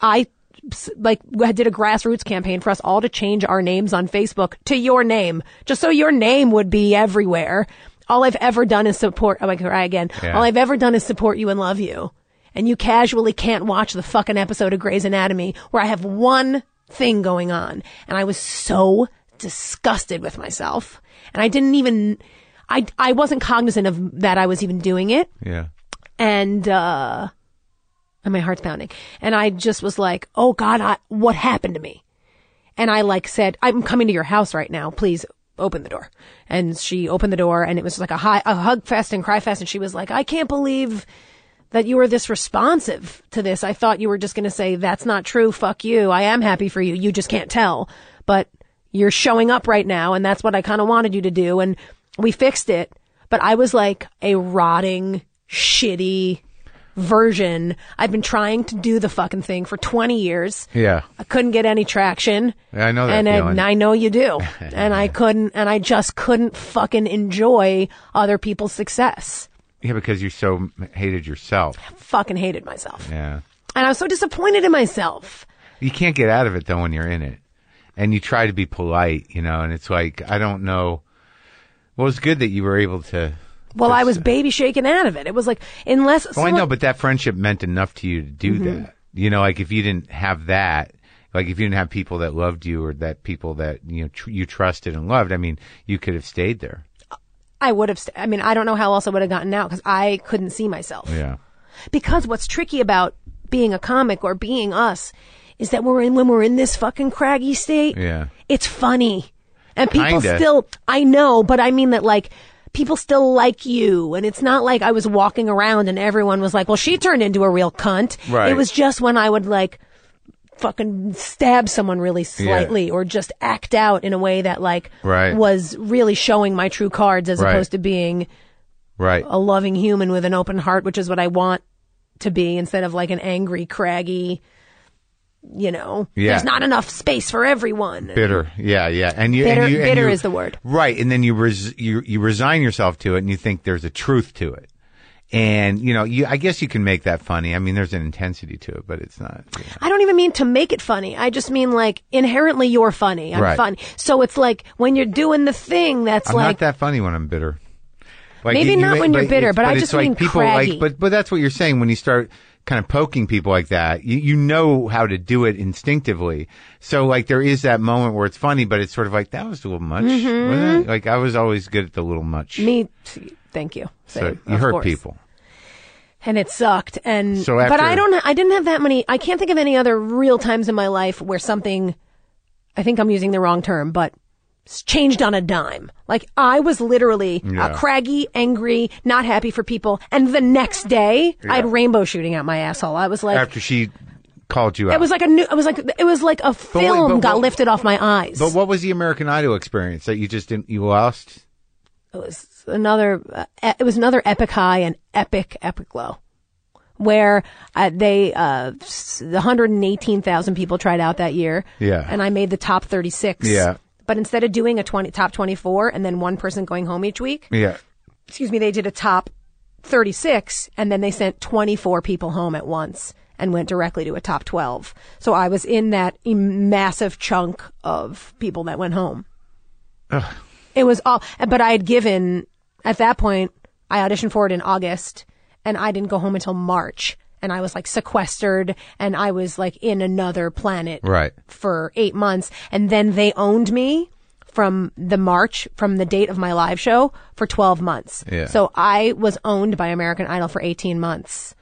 B: I s- like I did a grassroots campaign for us all to change our names on Facebook to your name, just so your name would be everywhere. All I've ever done is support. Oh, I can cry again.
A: Yeah.
B: All I've ever done is support you and love you. And you casually can't watch the fucking episode of Grey's Anatomy where I have one thing going on. And I was so disgusted with myself. And I didn't even, I, I wasn't cognizant of that I was even doing it
A: yeah.
B: and uh and my heart's pounding and i just was like oh god I, what happened to me and i like said i'm coming to your house right now please open the door and she opened the door and it was like a, hi- a hug fest and cry fest and she was like i can't believe that you were this responsive to this i thought you were just going to say that's not true fuck you i am happy for you you just can't tell but you're showing up right now and that's what i kind of wanted you to do and we fixed it but i was like a rotting shitty version i've been trying to do the fucking thing for 20 years
A: Yeah.
B: I couldn't get any traction.
A: Yeah, I know that
B: and, I-
A: feeling.
B: And I know you do. and I couldn't, and I just couldn't fucking enjoy other people's success.
A: Yeah, because you so m- hated yourself.
B: Fucking hated myself.
A: Yeah.
B: And I was so disappointed in myself.
A: you can't get out of it though when you're in it and you try to be polite you know and it's like i don't know well it's good that you were able to
B: Well, I was baby shaken out of it. It was like, unless.
A: oh uh, i
B: someone-
A: know but that friendship meant enough to you to do
B: Mm-hmm.
A: that you know like if you didn't have that like if you didn't have people that loved you or that people that you know tr- you trusted and loved i mean you could have stayed there
B: I would have, st- I mean, I don't know how else I would have gotten out because I couldn't see myself.
A: yeah
B: because what's tricky about being a comic or being us is that we're in when we're in this fucking craggy state.
A: Yeah.
B: It's funny. And people
A: Kinda.
B: still I know, but I mean that like people still like you and it's not like I was walking around and everyone was like, "Well, she turned into a real cunt."
A: Right.
B: It was just when I would like fucking stab someone really slightly or just act out in a way that like
A: Right.
B: was really showing my true cards as
A: Right.
B: opposed to being
A: right
B: a loving human with an open heart, which is what I want to be instead of like an angry, craggy, you know,
A: Yeah.
B: there's not enough space for everyone.
A: bitter yeah yeah and you
B: Bitter-
A: and you, and
B: bitter
A: you-
B: is the word.
A: right and then you, res- you you resign yourself to it and you think there's a truth to it and you know you i guess you can make that funny i mean there's an intensity to it but it's not
B: I don't even mean to make it funny. I just mean like inherently you're funny. I'm
A: Right.
B: funny. So it's like when you're doing the thing that's
A: i'm
B: like,
A: not that funny when i'm bitter like,
B: Maybe not when you're bitter,
A: it's-
B: but I
A: it's
B: just
A: like
B: mean
A: people
B: craggy.
A: like but but that's what you're saying when you start kind of poking people like that you, you know how to do it instinctively so like there is that moment where it's funny but it's sort of like that was a little much wasn't it? like i was always good at the little much
B: Mm-hmm. me, thank you.
A: so
B: Same,
A: you
B: of
A: hurt
B: course.
A: people
B: and it sucked and
A: So
B: but
A: after-
B: i don't i didn't have that many i can't think of any other real times in my life where something i think i'm using the wrong term but s- changed on a dime. Like I was literally
A: Yeah.
B: uh, craggy, angry, not happy for people. And the next day, I had rainbow shooting out my asshole. I was like,
A: after she called you out.
B: it was like a new. It was like it was like a film
A: but
B: got
A: what-
B: lifted off my eyes.
A: but what was the American Idol experience that you just didn't, you lost?
B: it was another. Uh, e- it was another epic high and epic epic low, where uh, they uh, s- the 118,000 people tried out that year.
A: Yeah.
B: and I made the top 36.
A: Yeah.
B: But instead of doing a 20 top 24 and then one person going home each week,
A: Yeah.
B: excuse me, they did a top 36 and then they sent 24 people home at once and went directly to a top 12. So I was in that em- massive chunk of people that went home. It was all, but I had given, at that point, I auditioned for it in August and I didn't go home until March. And I was like sequestered and I was like in another planet
A: Right.
B: for eight months, and then they owned me from the March, from the date of my live show for 12 months.
A: Yeah.
B: So I was owned by American Idol for 18 months.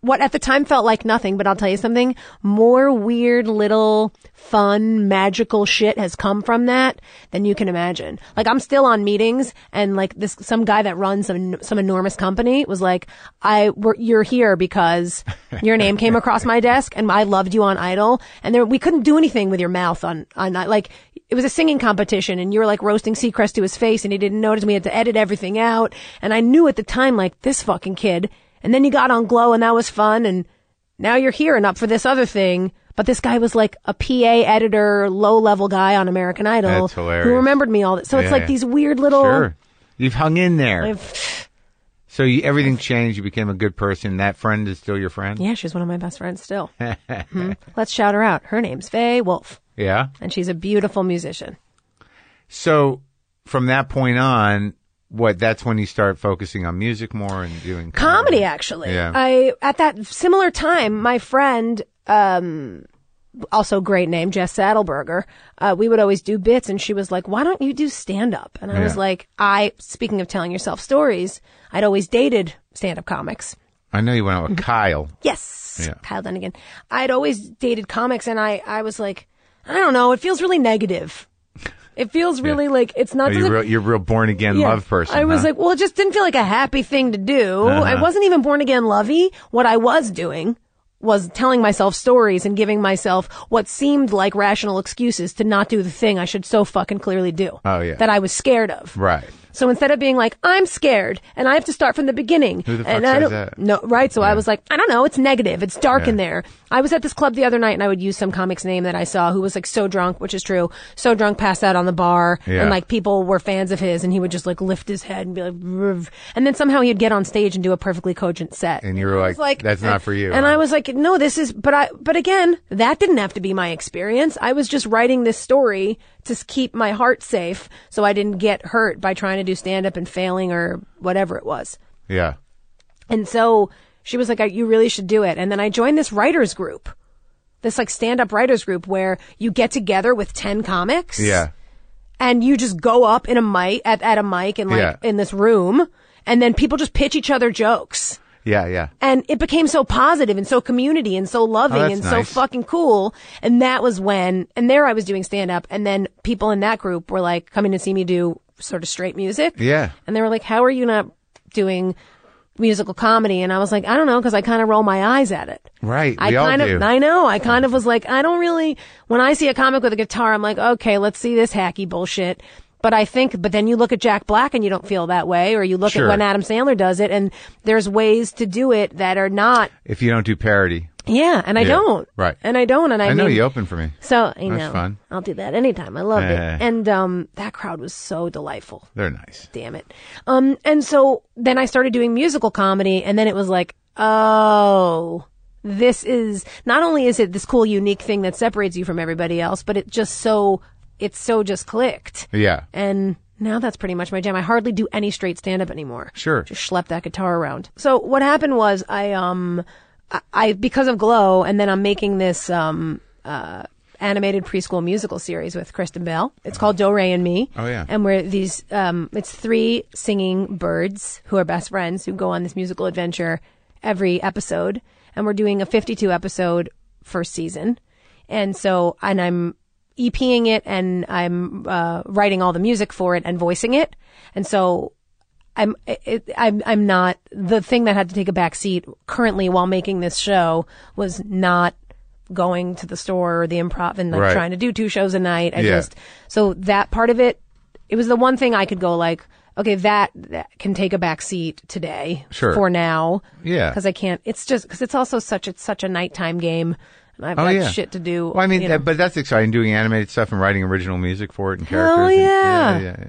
B: What at the time felt like nothing, but I'll tell you something more weird, little, fun, magical shit has come from that than you can imagine. Like I'm still on meetings and like this, some guy that runs some, some enormous company was like, I, we're, you're here because your name came across my desk and I loved you on Idol and there, we couldn't do anything with your mouth on, on, like, it was a singing competition and you were like roasting Seacrest to his face and he didn't notice and we had to edit everything out. And I knew at the time, like, this fucking kid. And then you got on Glow and that was fun and now you're here and up for this other thing. But this guy was like a PA editor, low level guy on American Idol
A: That's hilarious.
B: who remembered me all that. So it's
A: Yeah.
B: like these weird little.
A: Sure. You've hung in there.
B: Oh. I've-
A: so you, everything changed. You became a good person. That friend is still your friend?
B: yeah, she's one of my best friends still. Mhm. Let's shout her out. Her name's Faye Wolf
A: Yeah.
B: and she's a beautiful musician.
A: So from that point on, what, that's when you start focusing on music more and doing
B: comedy actually
A: Yeah.
B: i at that similar time my friend um also great name jess saddleberger uh, we would always do bits and she was like why don't you do stand up and i was
A: Yeah.
B: like i speaking of telling yourself stories i'd always dated stand up comics
A: I know you went out with Kyle.
B: Yes.
A: Yeah.
B: Kyle Dunnigan. I'd always dated comics and I, I was like, I don't know. It feels really negative. It feels really like it's not.
A: You're
B: doesn't-
A: real, you're a real born again
B: yeah.
A: love person.
B: I was
A: huh? Uh-huh.
B: like, well, it just didn't feel like a happy thing to do. I wasn't even born again lovey. What I was doing was telling myself stories and giving myself what seemed like rational excuses to not do the thing I should so fucking clearly do.
A: Oh, yeah.
B: That I was scared of.
A: right.
B: So instead of being like, I'm scared and I have to start from the beginning.
A: Who the fuck
B: and
A: says
B: I don't,
A: that?
B: No, right. So I was like, I don't know. It's negative. It's dark in there. I was at this club the other night and I would use some comic's name that I saw who was like so drunk, which is true. So drunk, passed out on the bar.
A: Yeah.
B: And like people were fans of his and he would just like lift his head and be like, "Ruv." and then somehow he'd get on stage and do a perfectly cogent set.
A: And you were
B: I
A: like,
B: was like,
A: that's not for you.
B: And
A: huh?
B: I was like, no, this is, but I, but again, that didn't have to be my experience. I was just writing this story to s- keep my heart safe so I didn't get hurt by trying to do stand up and failing or whatever it was.
A: yeah.
B: And so she was like, I, you really should do it. And then I joined this writers group, this like stand up writers group where you get together with 10 comics
A: Yeah.
B: and you just go up in a mic at, at a mic and like
A: Yeah.
B: in this room and then people just pitch each other jokes
A: Yeah. Yeah.
B: and it became so positive and so community and so loving
A: Oh, that's
B: and so
A: nice.
B: fucking cool. And that was when, and there I was doing stand up and then people in that group were like coming to see me do sort of straight music.
A: Yeah.
B: And they were like, how are you not doing musical comedy? And I was like, I don't know. Cause I kind of roll my eyes at it.
A: Right.
B: I
A: we all
B: kind of,
A: do.
B: I know. I kind of was like, I don't really. When I see a comic with a guitar, I'm like, okay, let's see this hacky bullshit. But I think, but then you look at Jack Black and you don't feel that way, or you look
A: Sure.
B: at when Adam Sandler does it, and there's ways to do it that are not.
A: if you don't do parody.
B: Yeah, and I
A: Yeah,
B: don't.
A: right.
B: And I don't. And I,
A: I, know
B: mean-
A: you open for me.
B: So you
A: That's
B: know,
A: fun. Eh.
B: I'll do that anytime. I loved
A: Yeah.
B: it, and um, that crowd was so delightful
A: They're nice.
B: damn it. Um, and so then I started doing musical comedy, and then it was like, oh, this is not only is it this cool, unique thing that separates you from everybody else, but it just so it's so just clicked.
A: Yeah.
B: And now that's pretty much my jam. I hardly do any straight stand up anymore.
A: Sure.
B: Just schlep that guitar around. So what happened was I um I, I because of Glow and then I'm making this um uh animated preschool musical series with Kristen Bell. It's called Do Ray and Me.
A: Oh, yeah.
B: And we're these um it's three singing birds who are best friends who go on this musical adventure every episode and we're doing a 52 episode first season. And so and I'm EPing it and I'm uh, writing all the music for it and voicing it. And so I'm it, I'm I'm not the thing that had to take a back seat currently while making this show was not going to the store or the improv and like
C: Right.
B: trying to do two shows a night. I
C: Yeah.
B: just so that part of it it was the one thing I could go like okay that, that can take a back seat today
C: Sure.
B: for now
C: Yeah.
B: because I can't it's just because it's also such it's such a nighttime game and I've
C: Oh,
B: got
C: yeah.
B: shit to do.
C: Well, I mean,
B: you know.
C: uh, but that's exciting doing animated stuff and writing original music for it and
B: Hell
C: characters. and-
B: yeah.
C: yeah, yeah.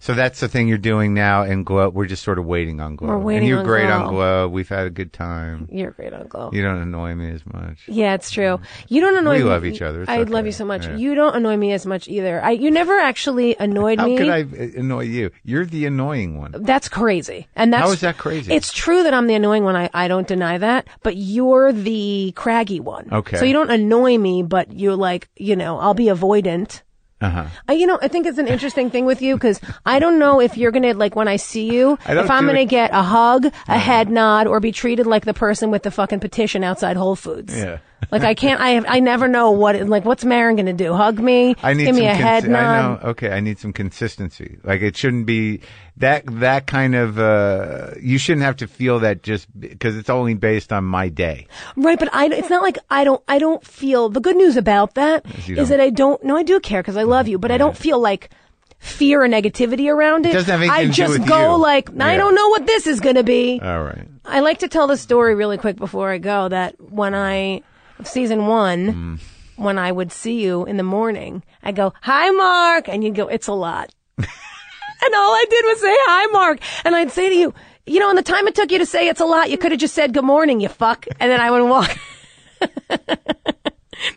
C: So that's the thing you're doing now, and Glow. We're just sort of waiting on Glow.
B: We're
C: and
B: waiting
C: you're
B: on
C: great
B: Glow.
C: on Glow. We've had a good time.
B: you're a great uncle.
C: You don't annoy me as much.
B: Yeah, it's true. You don't annoy
C: We
B: me.
C: love each other. It's
B: I
C: okay.
B: love you so much.
C: Yeah.
B: You don't annoy me as much either. I, you never actually annoyed
C: How
B: me.
C: could I uh, annoy you? You're the annoying one.
B: That's crazy. And that's
C: How is that crazy?
B: It's true that I'm the annoying one. I, I don't deny that. But you're the craggy one.
C: Okay.
B: So you don't annoy me, but you're like, you know, I'll be avoidant.
C: Uh-huh.
B: I, you know, I think it's an interesting thing with you because I don't know if you're gonna like when I see you,
C: I don't
B: if I'm
C: do
B: gonna
C: it- Uh-huh.
B: get a hug, a head nod, or be treated like the person with the fucking petition outside Whole Foods.
C: Yeah.
B: like I can't. I I never know what. it- Like, what's Marin gonna do? Hug me?
C: I need
B: give me
C: some
B: a head
C: consi-
B: nod.
C: I know. Okay, I need some consistency. Like it shouldn't be that that kind of. Uh, you shouldn't have to feel that just because it's only based on my day.
B: Right, but I, it's not like I don't, I don't feel, the good news about that
C: you don't.
B: is that I don't, no, I do care because I love you, but I don't feel like fear or negativity around it.
C: doesn't have anything
B: I
C: to do
B: just
C: with
B: go
C: you.
B: like, I
C: Yeah.
B: don't know what this is going to be.
C: All right.
B: I like to tell the story really quick before I go that when I, of season
C: Mm.
B: one, when I would see you in the morning, I go, hi, Mark. And you'd go, it's a lot. and all I did was say, hi, Mark. And I'd say to you, you know, in the time it took you to say it's a lot, you could have just said good morning, you fuck. And then I would walk.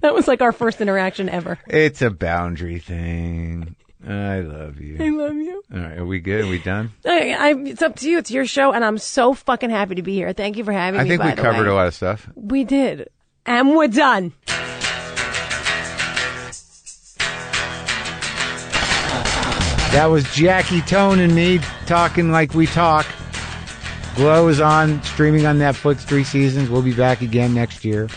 B: that was like our first interaction ever.
C: It's a boundary thing. I love
B: I
C: you.
B: love you.
C: All right, are we good? Are we done?
B: I, I, it's up to you. It's your show. And I'm so fucking happy to be here. Thank you for having
C: I
B: me.
C: think
B: by
C: we
B: the
C: covered
B: way.
C: a lot of stuff.
B: We did. And we're done.
A: That was Jackie Tone and me talking like we talk. Glow is on, streaming on Netflix, three seasons. We'll be back again next year.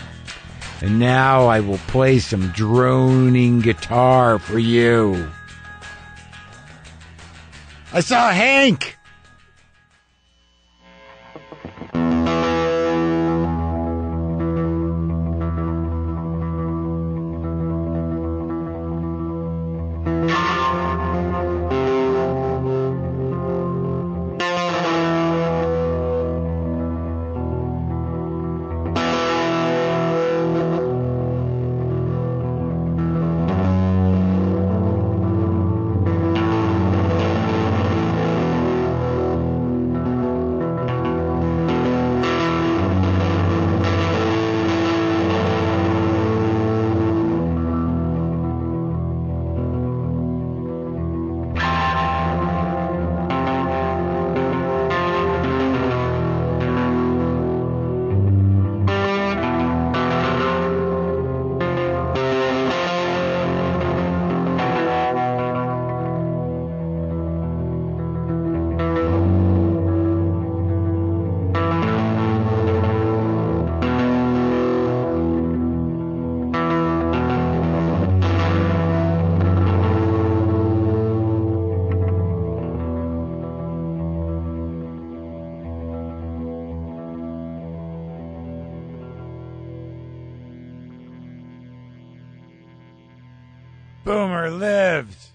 A: And now I will play some droning guitar for you. I saw Hank! Boomer lives!